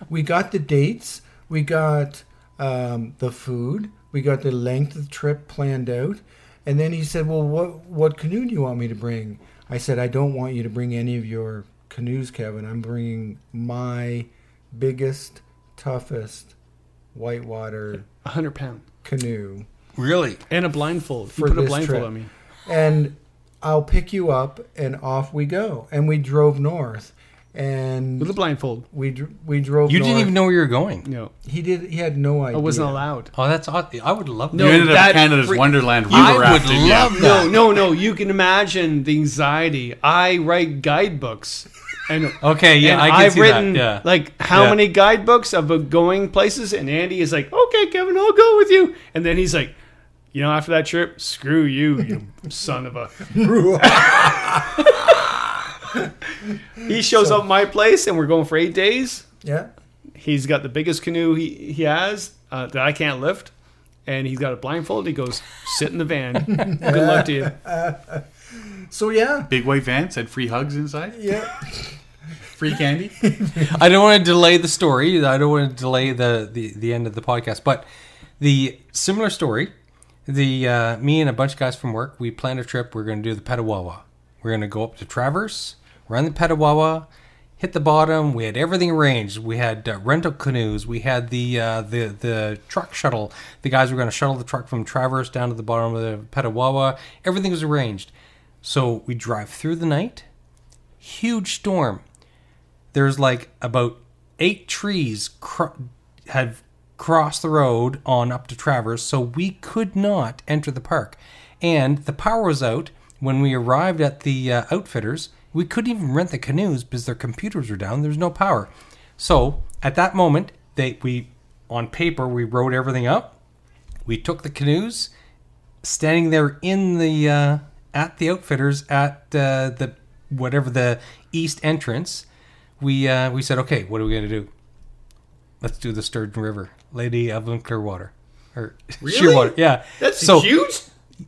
We got the dates. We got um, the food. We got the length of the trip planned out. And then he said, "Well, what what canoe do you want me to bring?" I said, "I don't want you to bring any of your canoes, Kevin. I'm bringing my biggest, toughest whitewater
hundred pound
canoe."
Really?
and a blindfold. You
For
put a
this
blindfold
trip.
on me.
and I'll pick you up, and off we go. And we drove north,
With a
and
blindfold.
we dr- we drove.
You didn't
north.
even know where you were going.
No.
he did. He had no idea.
I wasn't allowed.
Oh, that's odd. I would love
No,
you ended up
that
at Canada's
freak-
Wonderland river
I would
rafting.
love
yeah.
No, no, no. You can imagine the anxiety. I write guidebooks. And
Okay, Oh, yeah,
and
I can
I've
see that,
written
yeah.
like how
Yeah.
many guidebooks about going places and Andy is like, Okay, Kevin, I'll go with you and then he's like, you know, after that trip, screw you, you son of a He shows up at my place and we're going for eight days.
Yeah.
He's got the biggest canoe he, he has uh, that I can't lift, and he's got a blindfold. He goes, sit in the van. Good luck to you.
So yeah,
Big white vans had free hugs inside,
yeah.
free candy.
I don't want to delay the story. I don't want to delay the, the, the end of the podcast. But the similar story, the uh, me and a bunch of guys from work, we planned a trip. We're going to do the Petawawa. We're going to go up to Traverse. run the Petawawa, hit the bottom. We had everything arranged. We had uh, rental canoes. We had the uh, the the truck shuttle. The guys were going to shuttle the truck from Traverse down to the bottom of the Petawawa. Everything was arranged. So we drive through the night. Huge storm. There's like about eight trees cr- have crossed the road on up to Traverse, so we could not enter the park. And the power was out when we arrived at the uh, outfitters. We couldn't even rent the canoes because their computers were down. There's no power. So at that moment, they we on paper we wrote everything up. We took the canoes, standing there in the uh, at the outfitters at uh, the whatever the east entrance. We uh, we said, okay, what are we gonna do? Let's do the Sturgeon River, Lady Evelyn Clearwater, or
Really?
Shearwater. Yeah,
That's
so
huge.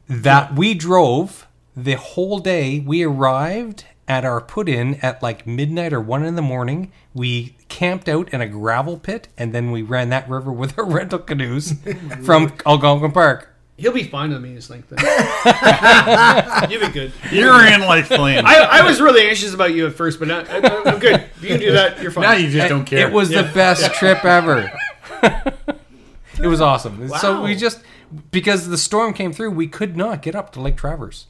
that we drove the whole day. We arrived at our put in at like midnight or one in the morning. We camped out in a gravel pit, and then we ran that river with our rental canoes from Algonquin Park.
He'll be fine on me this length. You'll be good.
You're in life plan.
I, I was really anxious about you at first, but now, I, am good. If you can do that, you're fine.
now you just don't care.
It was the best trip ever. it was awesome. So
Wow.
we just because the storm came through, we could not get up to Lake Traverse.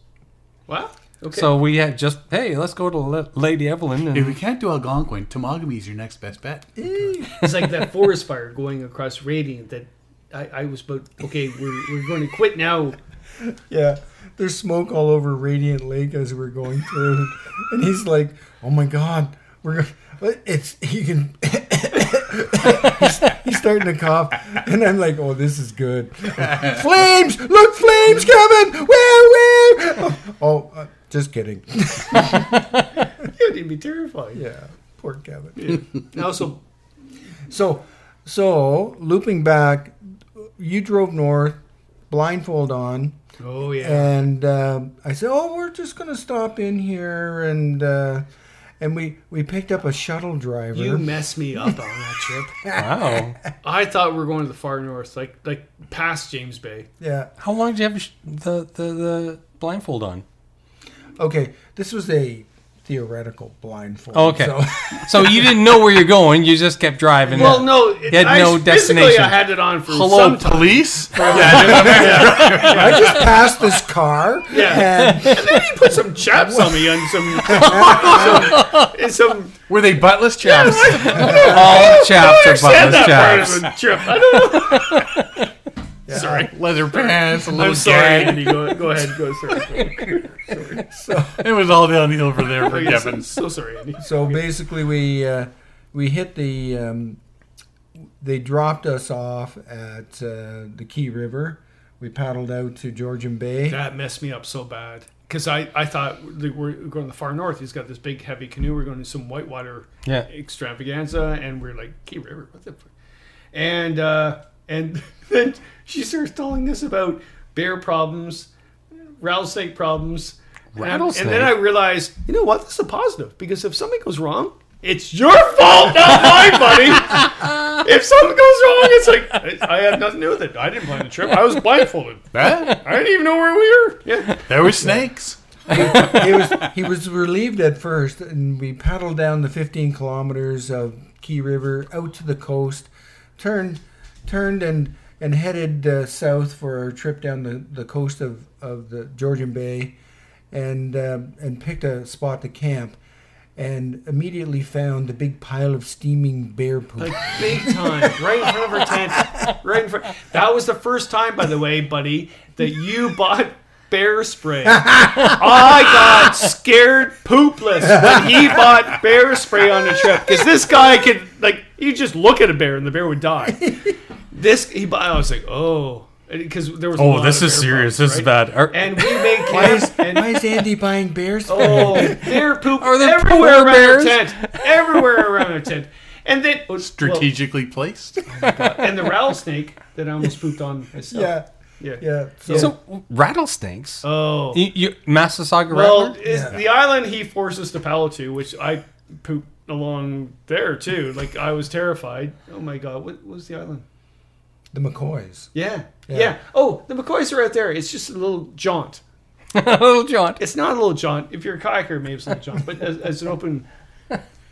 wow. Okay.
So we had just hey, let's go to La- Lady Evelyn
If
and
we can't do Algonquin, Tamagami is your next best bet.
It's like that forest fire going across Radiant that I, I was about, okay, we're, we're going to quit now.
Yeah, there's smoke all over Radiant Lake as we're going through, and he's like, "Oh my God, we're gonna, it's he can." he's, he's starting to cough, and I'm like, "Oh, this is good." flames! Look, flames, Kevin! Where, where? Oh, uh, just kidding.
It would be terrifying.
Yeah, poor Kevin.
And also,
So, so looping back, you drove north, blindfold on.
oh, yeah.
and uh, I said, "Oh, we're just gonna stop in here," and uh, and we we picked up a shuttle driver.
You messed me up on that trip.
wow.
I thought we were going to the far north, like like past James Bay.
yeah,
How long did you have sh- the, the the blindfold on?
okay. This was a theoretical blindfold.
Oh,
Okay.
so-
So you didn't know where you're going. You just kept driving.
Well, no, it,
had
I,
no
physically,
destination.
I had it on for
Hello,
some time.
police.
I just passed this car.
Yeah.
and-
And then he put some chaps on me and some, some, and some
Were they buttless chaps?
all chaps are
understand
buttless
that
chaps.
part of the trip. I don't know.
yeah.
Sorry.
Leather pants, a little
I'm sorry.
gag.
Andy. Go, go ahead. Go. Sorry.
It was all downhill from there for
I'm
Kevin.
so sorry, Andy.
So basically, we uh, we hit the. Um, they dropped us off at uh, the Key River. We paddled out to Georgian Bay.
That messed me up so bad because I, I thought that we're going to the far north. He's got this big heavy canoe. We're going to some whitewater
Yeah.
extravaganza, and we're like Key River. What the? Fuck? And uh, and then she starts telling us about bear problems, rattlesnake problems. And I'm- And, then I realized, you know what? This is a positive because if something goes wrong, it's your fault, not mine, buddy. if something goes wrong, it's like I, I had nothing to do with it. I didn't plan the trip. I was blindfolded.
Huh?
I didn't even know where we were. Yeah.
There were snakes.
he was he was relieved at first, and we paddled down the 15 kilometers of Key River out to the coast, turned turned and and headed uh, south for our trip down the, the coast of, of the Georgian Bay, and uh, and picked a spot to camp, and immediately found a big pile of steaming bear poop.
Like big time, right in front of her tent. Right in front. That was the first time, by the way, buddy, that you bought bear spray. I got scared poopless when he bought bear spray on the trip because this guy could like you just look at a bear and the bear would die. This he bought. I was like, oh, because there was. a lot of bear problems, right?
bad. Are,
And we made
why is
camp and
why is Andy buying bears?
Oh, bear poop
Are there
everywhere
polar
around
bears? Oh,
our tent. Everywhere around our tent. And then
Strategically placed.
well, and the rattlesnake that I almost pooped on myself.
yeah,
Yeah.
yeah.
so rattlesnakes.
Oh.
you, you Massasauga
well,
rattler.
it's the island he forces to paddle to, which I pooped along there too. Like I was terrified. Oh my god, what was the island?
the McCoys.
Yeah.
Yeah.
Yeah. Oh, the McCoys are out there. It's just a little jaunt.
Little jaunt.
It's not a little jaunt. If you're a kayaker, maybe it's a little jaunt. But as, as an open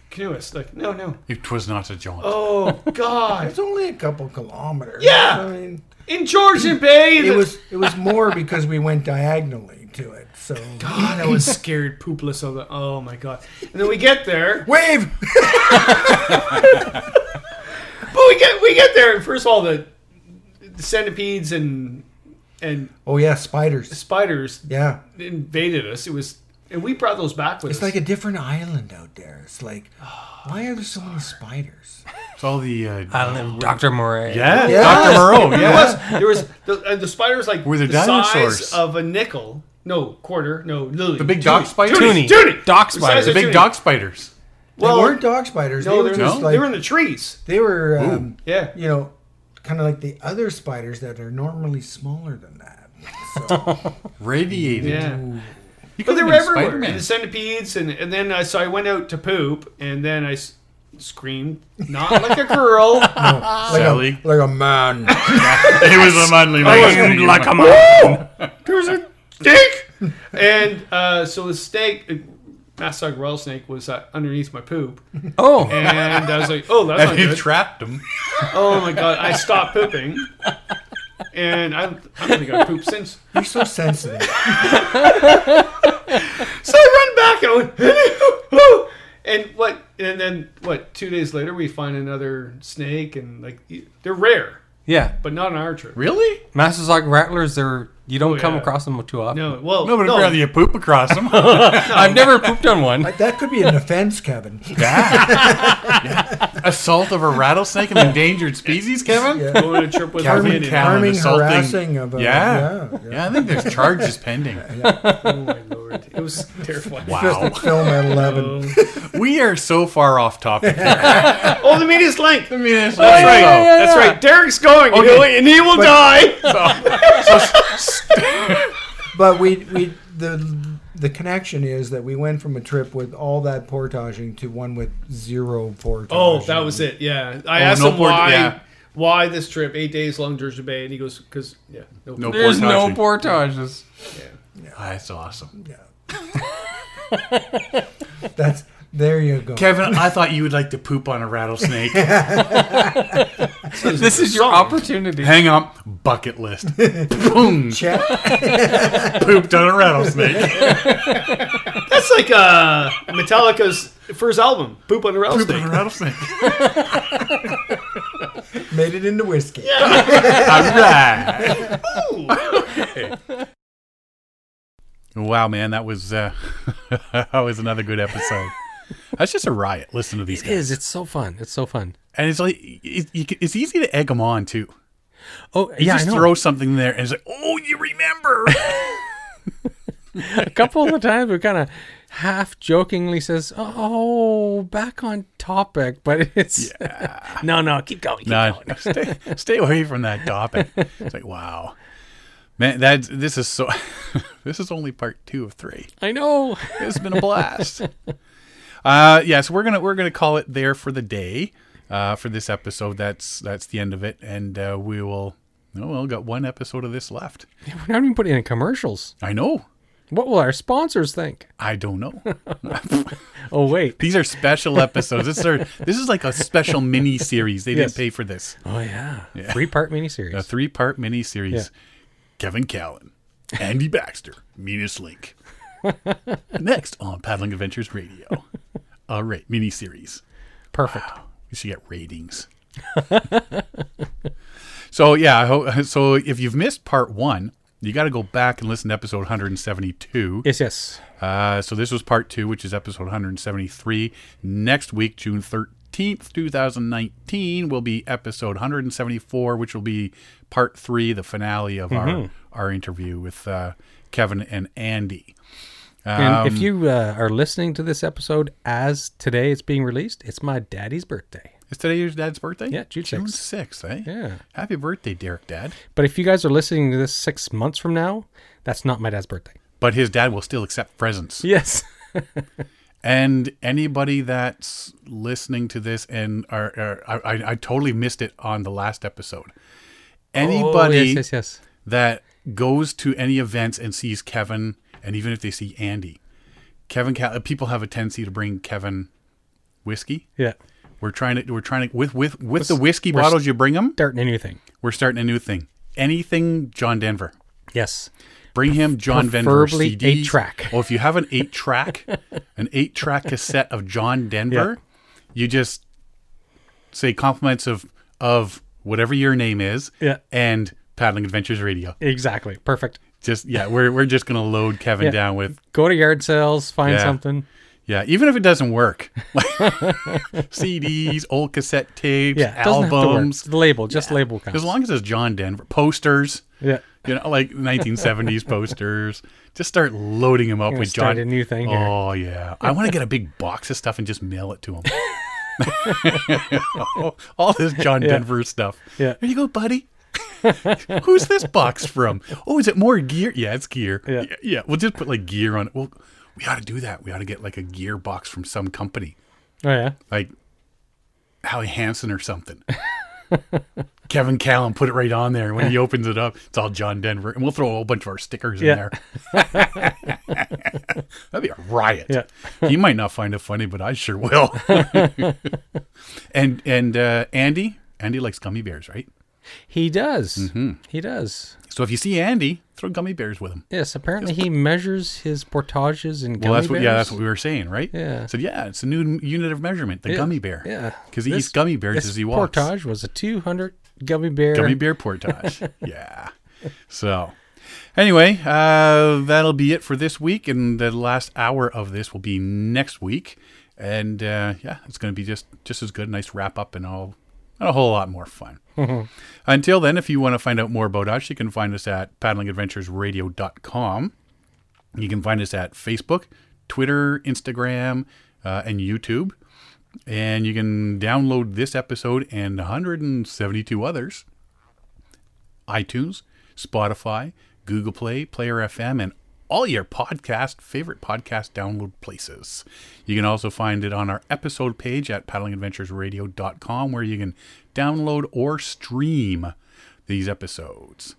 canoeist, like, no, no.
It was not a jaunt.
Oh, God.
It's only a couple kilometers.
Yeah.
I mean,
In Georgian Bay!
it was it was more because we went diagonally to it. So
God, I was scared poopless of it. Oh, my God. And then we get there.
wave.
But we get we get there. and First of all, the, the centipedes and and
Oh yeah, spiders.
spiders
Yeah,
invaded us. It was, and we brought those back with
it's
us.
like a different island out there. It's like, why are there so many spiders?
It's all the. Uh,
Dr. Moray.
yeah,
Yes.
Dr. Moreau.
There
Yeah.
was there was the, and the spider was like
Were there
the
dinosaurs?
size of a nickel. No quarter. No literally.
The big dock spider?
Toonie.
Toonie.
Toonie.
Dock
The size
spider.
of
The big
toonie.
dog spiders.
Well,
they weren't dog spiders. they
No, they're,
were
in
just
the,
no.
like
they're in the trees.
they were, um,
Yeah.
you know, kind of like the other spiders that are normally smaller than that. So,
Radiated.
Yeah.
You
But
could
they
have been
were everywhere.
Spider-Man.
And the centipedes, and, and then I so I went out to poop, and then I s- screamed, not like a girl.
like,
Sally.
a, like a man.
It was a manly man. like a
There's a snake. and uh, so the snake, uh, mass dog rattlesnake, was uh, underneath my poop,
Oh.
and I was like, oh, that's not
And he
good.
trapped him.
oh my god, I stopped pooping. And I, I don't think I pooped since.
You're so sensitive.
So I run back and I went, and what? And then what? Two days later, we find another snake, and like they're rare,
Yeah.
but not on our trip.
Really?
Mastozoc rattlers, they're, you don't
Oh,
come
yeah.
across them too often.
No, well,
No, but
no,
rather you poop across him.
I've never pooped on one.
That could be an offense, Kevin.
Assault of a rattlesnake, an endangered species, Kevin?
Yeah.
going on a trip with
Kevin
Harvey and
Cal-
Harming,
assaulting.
harassing of a
Yeah.
yeah, yeah.
Yeah, I think there's charges pending.
Oh my lord, it was terrifying. Um,
Wow.
film at eleven.
We are so far off topic. here.
Oh, the media's length.
I mean, it's
That's right.
so-
That's right. Derek's going, and
Okay. Oh,
he'll- and he will die.
but we we the the connection is that we went from a trip with all that portaging to one with zero portaging.
Oh, that was it. Yeah, I
Oh,
asked
no
him
port-
why
yeah.
why this trip, eight days long, Jersey Bay, and he goes, "Cause yeah, no,
No.
no.
There's no
Portaging.
portages.
That's awesome.
That's there you go.
Kevin, I thought you would like to poop on a rattlesnake.
This is your opportunity.
Hang on. Bucket list. Boom.
Check.
Pooped on a rattlesnake.
That's like uh, Metallica's first album, Poop on the
Pooped on
Rattlesnake.
a rattlesnake.
Made it into whiskey.
All right. Wow, man, that was uh, that was another good episode. That's just a riot. Listen to these
It
guys,
is. It's so fun. It's so fun.
and it's like it, you can- it's easy to egg them on too.
Oh,
You
yeah,
just
I know.
throw something in there, and it's like, oh, you remember?
a couple of the times we kind of half jokingly says, "Oh, back on topic," but it's no, no, keep going. Keep
no,
going.
stay, stay away from that topic. It's like, wow, man, that this is so. this is only part two of three.
I know.
it's been a blast. uh, yeah, so we're gonna we're gonna call it there for the day uh, for this episode. That's that's the end of it, and uh, we will. No, well, got one episode of this left.
We're not even putting in commercials.
I know.
What will our sponsors think?
I don't know.
Oh wait.
These are special episodes. This are this is like a special mini series. They
Yes.
didn't pay for this.
Oh yeah. Three part miniseries.
A three part mini series.
Yeah.
Kevin Callan, Andy Baxter, Meanest Link. Next on Paddling Adventures Radio. All right, mini series.
Perfect.
We should get ratings. so yeah, I ho- so if you've missed part one, you got to go back and listen to episode 172.
Yes, yes.
Uh, so this was part two, which is episode 173. Next week, June 13th, 2019, will be episode 174, which will be part three, the finale of
Mm-hmm.
our our interview with uh, Kevin and Andy.
And if you uh, are listening to this episode as today it's being released, it's my daddy's birthday.
Is today your dad's birthday?
Yeah, June
June
6th.
6th, eh?
Yeah.
Happy birthday, Derek, Dad.
But if you guys are listening to this six months from now, that's not my dad's birthday. Oh,
But his dad will still accept presents.
Yes.
And anybody that's listening to this and are, are I, I- I totally missed it on the last episode. Anybody
Oh, yes, yes, yes.
that goes to any events and sees Kevin and even if they see Andy, Kevin, Cal- uh, people have a tendency to bring Kevin whiskey.
Yeah.
We're trying to, we're trying to, with, with, with the
Let's-
whiskey
we're
bottles you bring them,
Starting a new thing.
we're starting a new thing. Anything John Denver.
Yes.
Bring him John Denver
Preferably
CDs.
eight-track.
Or if you have an eight track, an eight track cassette of John Denver, you just say compliments of of whatever your name is,
Yeah.
and Paddling Adventures Radio.
Exactly. Perfect.
Just yeah, we're we're just gonna load Kevin
Yeah.
down with
Go to yard sales, find
Yeah.
something.
yeah, even if it doesn't work, CDs, old cassette tapes,
Yeah. it Doesn't have to work.
albums,
The label, just label counts.
as long as it's John Denver posters.
yeah.
You know, like 1970s posters. Just start loading them up
We're
with
gonna
John.
start a new thing here.
Oh yeah, I want to get a big box of stuff and just mail it to him. All this John Denver stuff.
Yeah.
There you go, buddy. Who's this box from? Oh, is it more gear? Yeah, it's gear.
Yeah.
yeah. We'll just put like gear on it. Well, we ought to do that. We ought to get like a gear box from some company,
Oh yeah.
like Hallie Hansen or something. Kevin Callum put it right on there. When he opens it up, it's all John Denver, and we'll throw a whole bunch of our stickers
Yeah.
in there. That'd be a riot.
Yeah.
you might not find it funny, but I sure will. and and uh, Andy, Andy likes gummy bears, right?
He does.
Mm-hmm.
He does.
So if you see Andy, throw gummy bears with him.
Yes. Apparently, he measures his portages and gummy
Well, that's what yeah,
bears.
that's what we were saying, right?
Yeah.
So yeah, it's a new n- unit of measurement, the
Yeah,
gummy bear.
yeah.
Because he
This-
eats gummy bears
This
as he walks.
Portage was a 200 gummy bear.
Gummy bear portage. yeah. So anyway, uh, that'll be it for this week, and the last hour of this will be next week. And uh, yeah, it's going to be just just as good, nice wrap up, and all and a whole lot more fun. Until then, if you want to find out more about us, you can find us at paddlingadventuresradio.com. You can find us at Facebook, Twitter, Instagram, uh, and YouTube. And you can download this episode and 172 others iTunes, Spotify, Google Play, Player FM, and all your podcast favorite podcast download places. You can also find it on our episode page at paddlingadventuresradio.com where you can download or stream these episodes.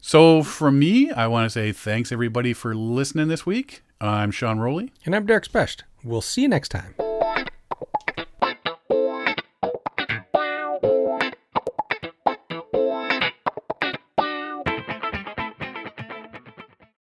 So from me, I want to say thanks everybody for listening this week. I'm Sean Rowley.
And I'm Derek Specht. We'll see you next time.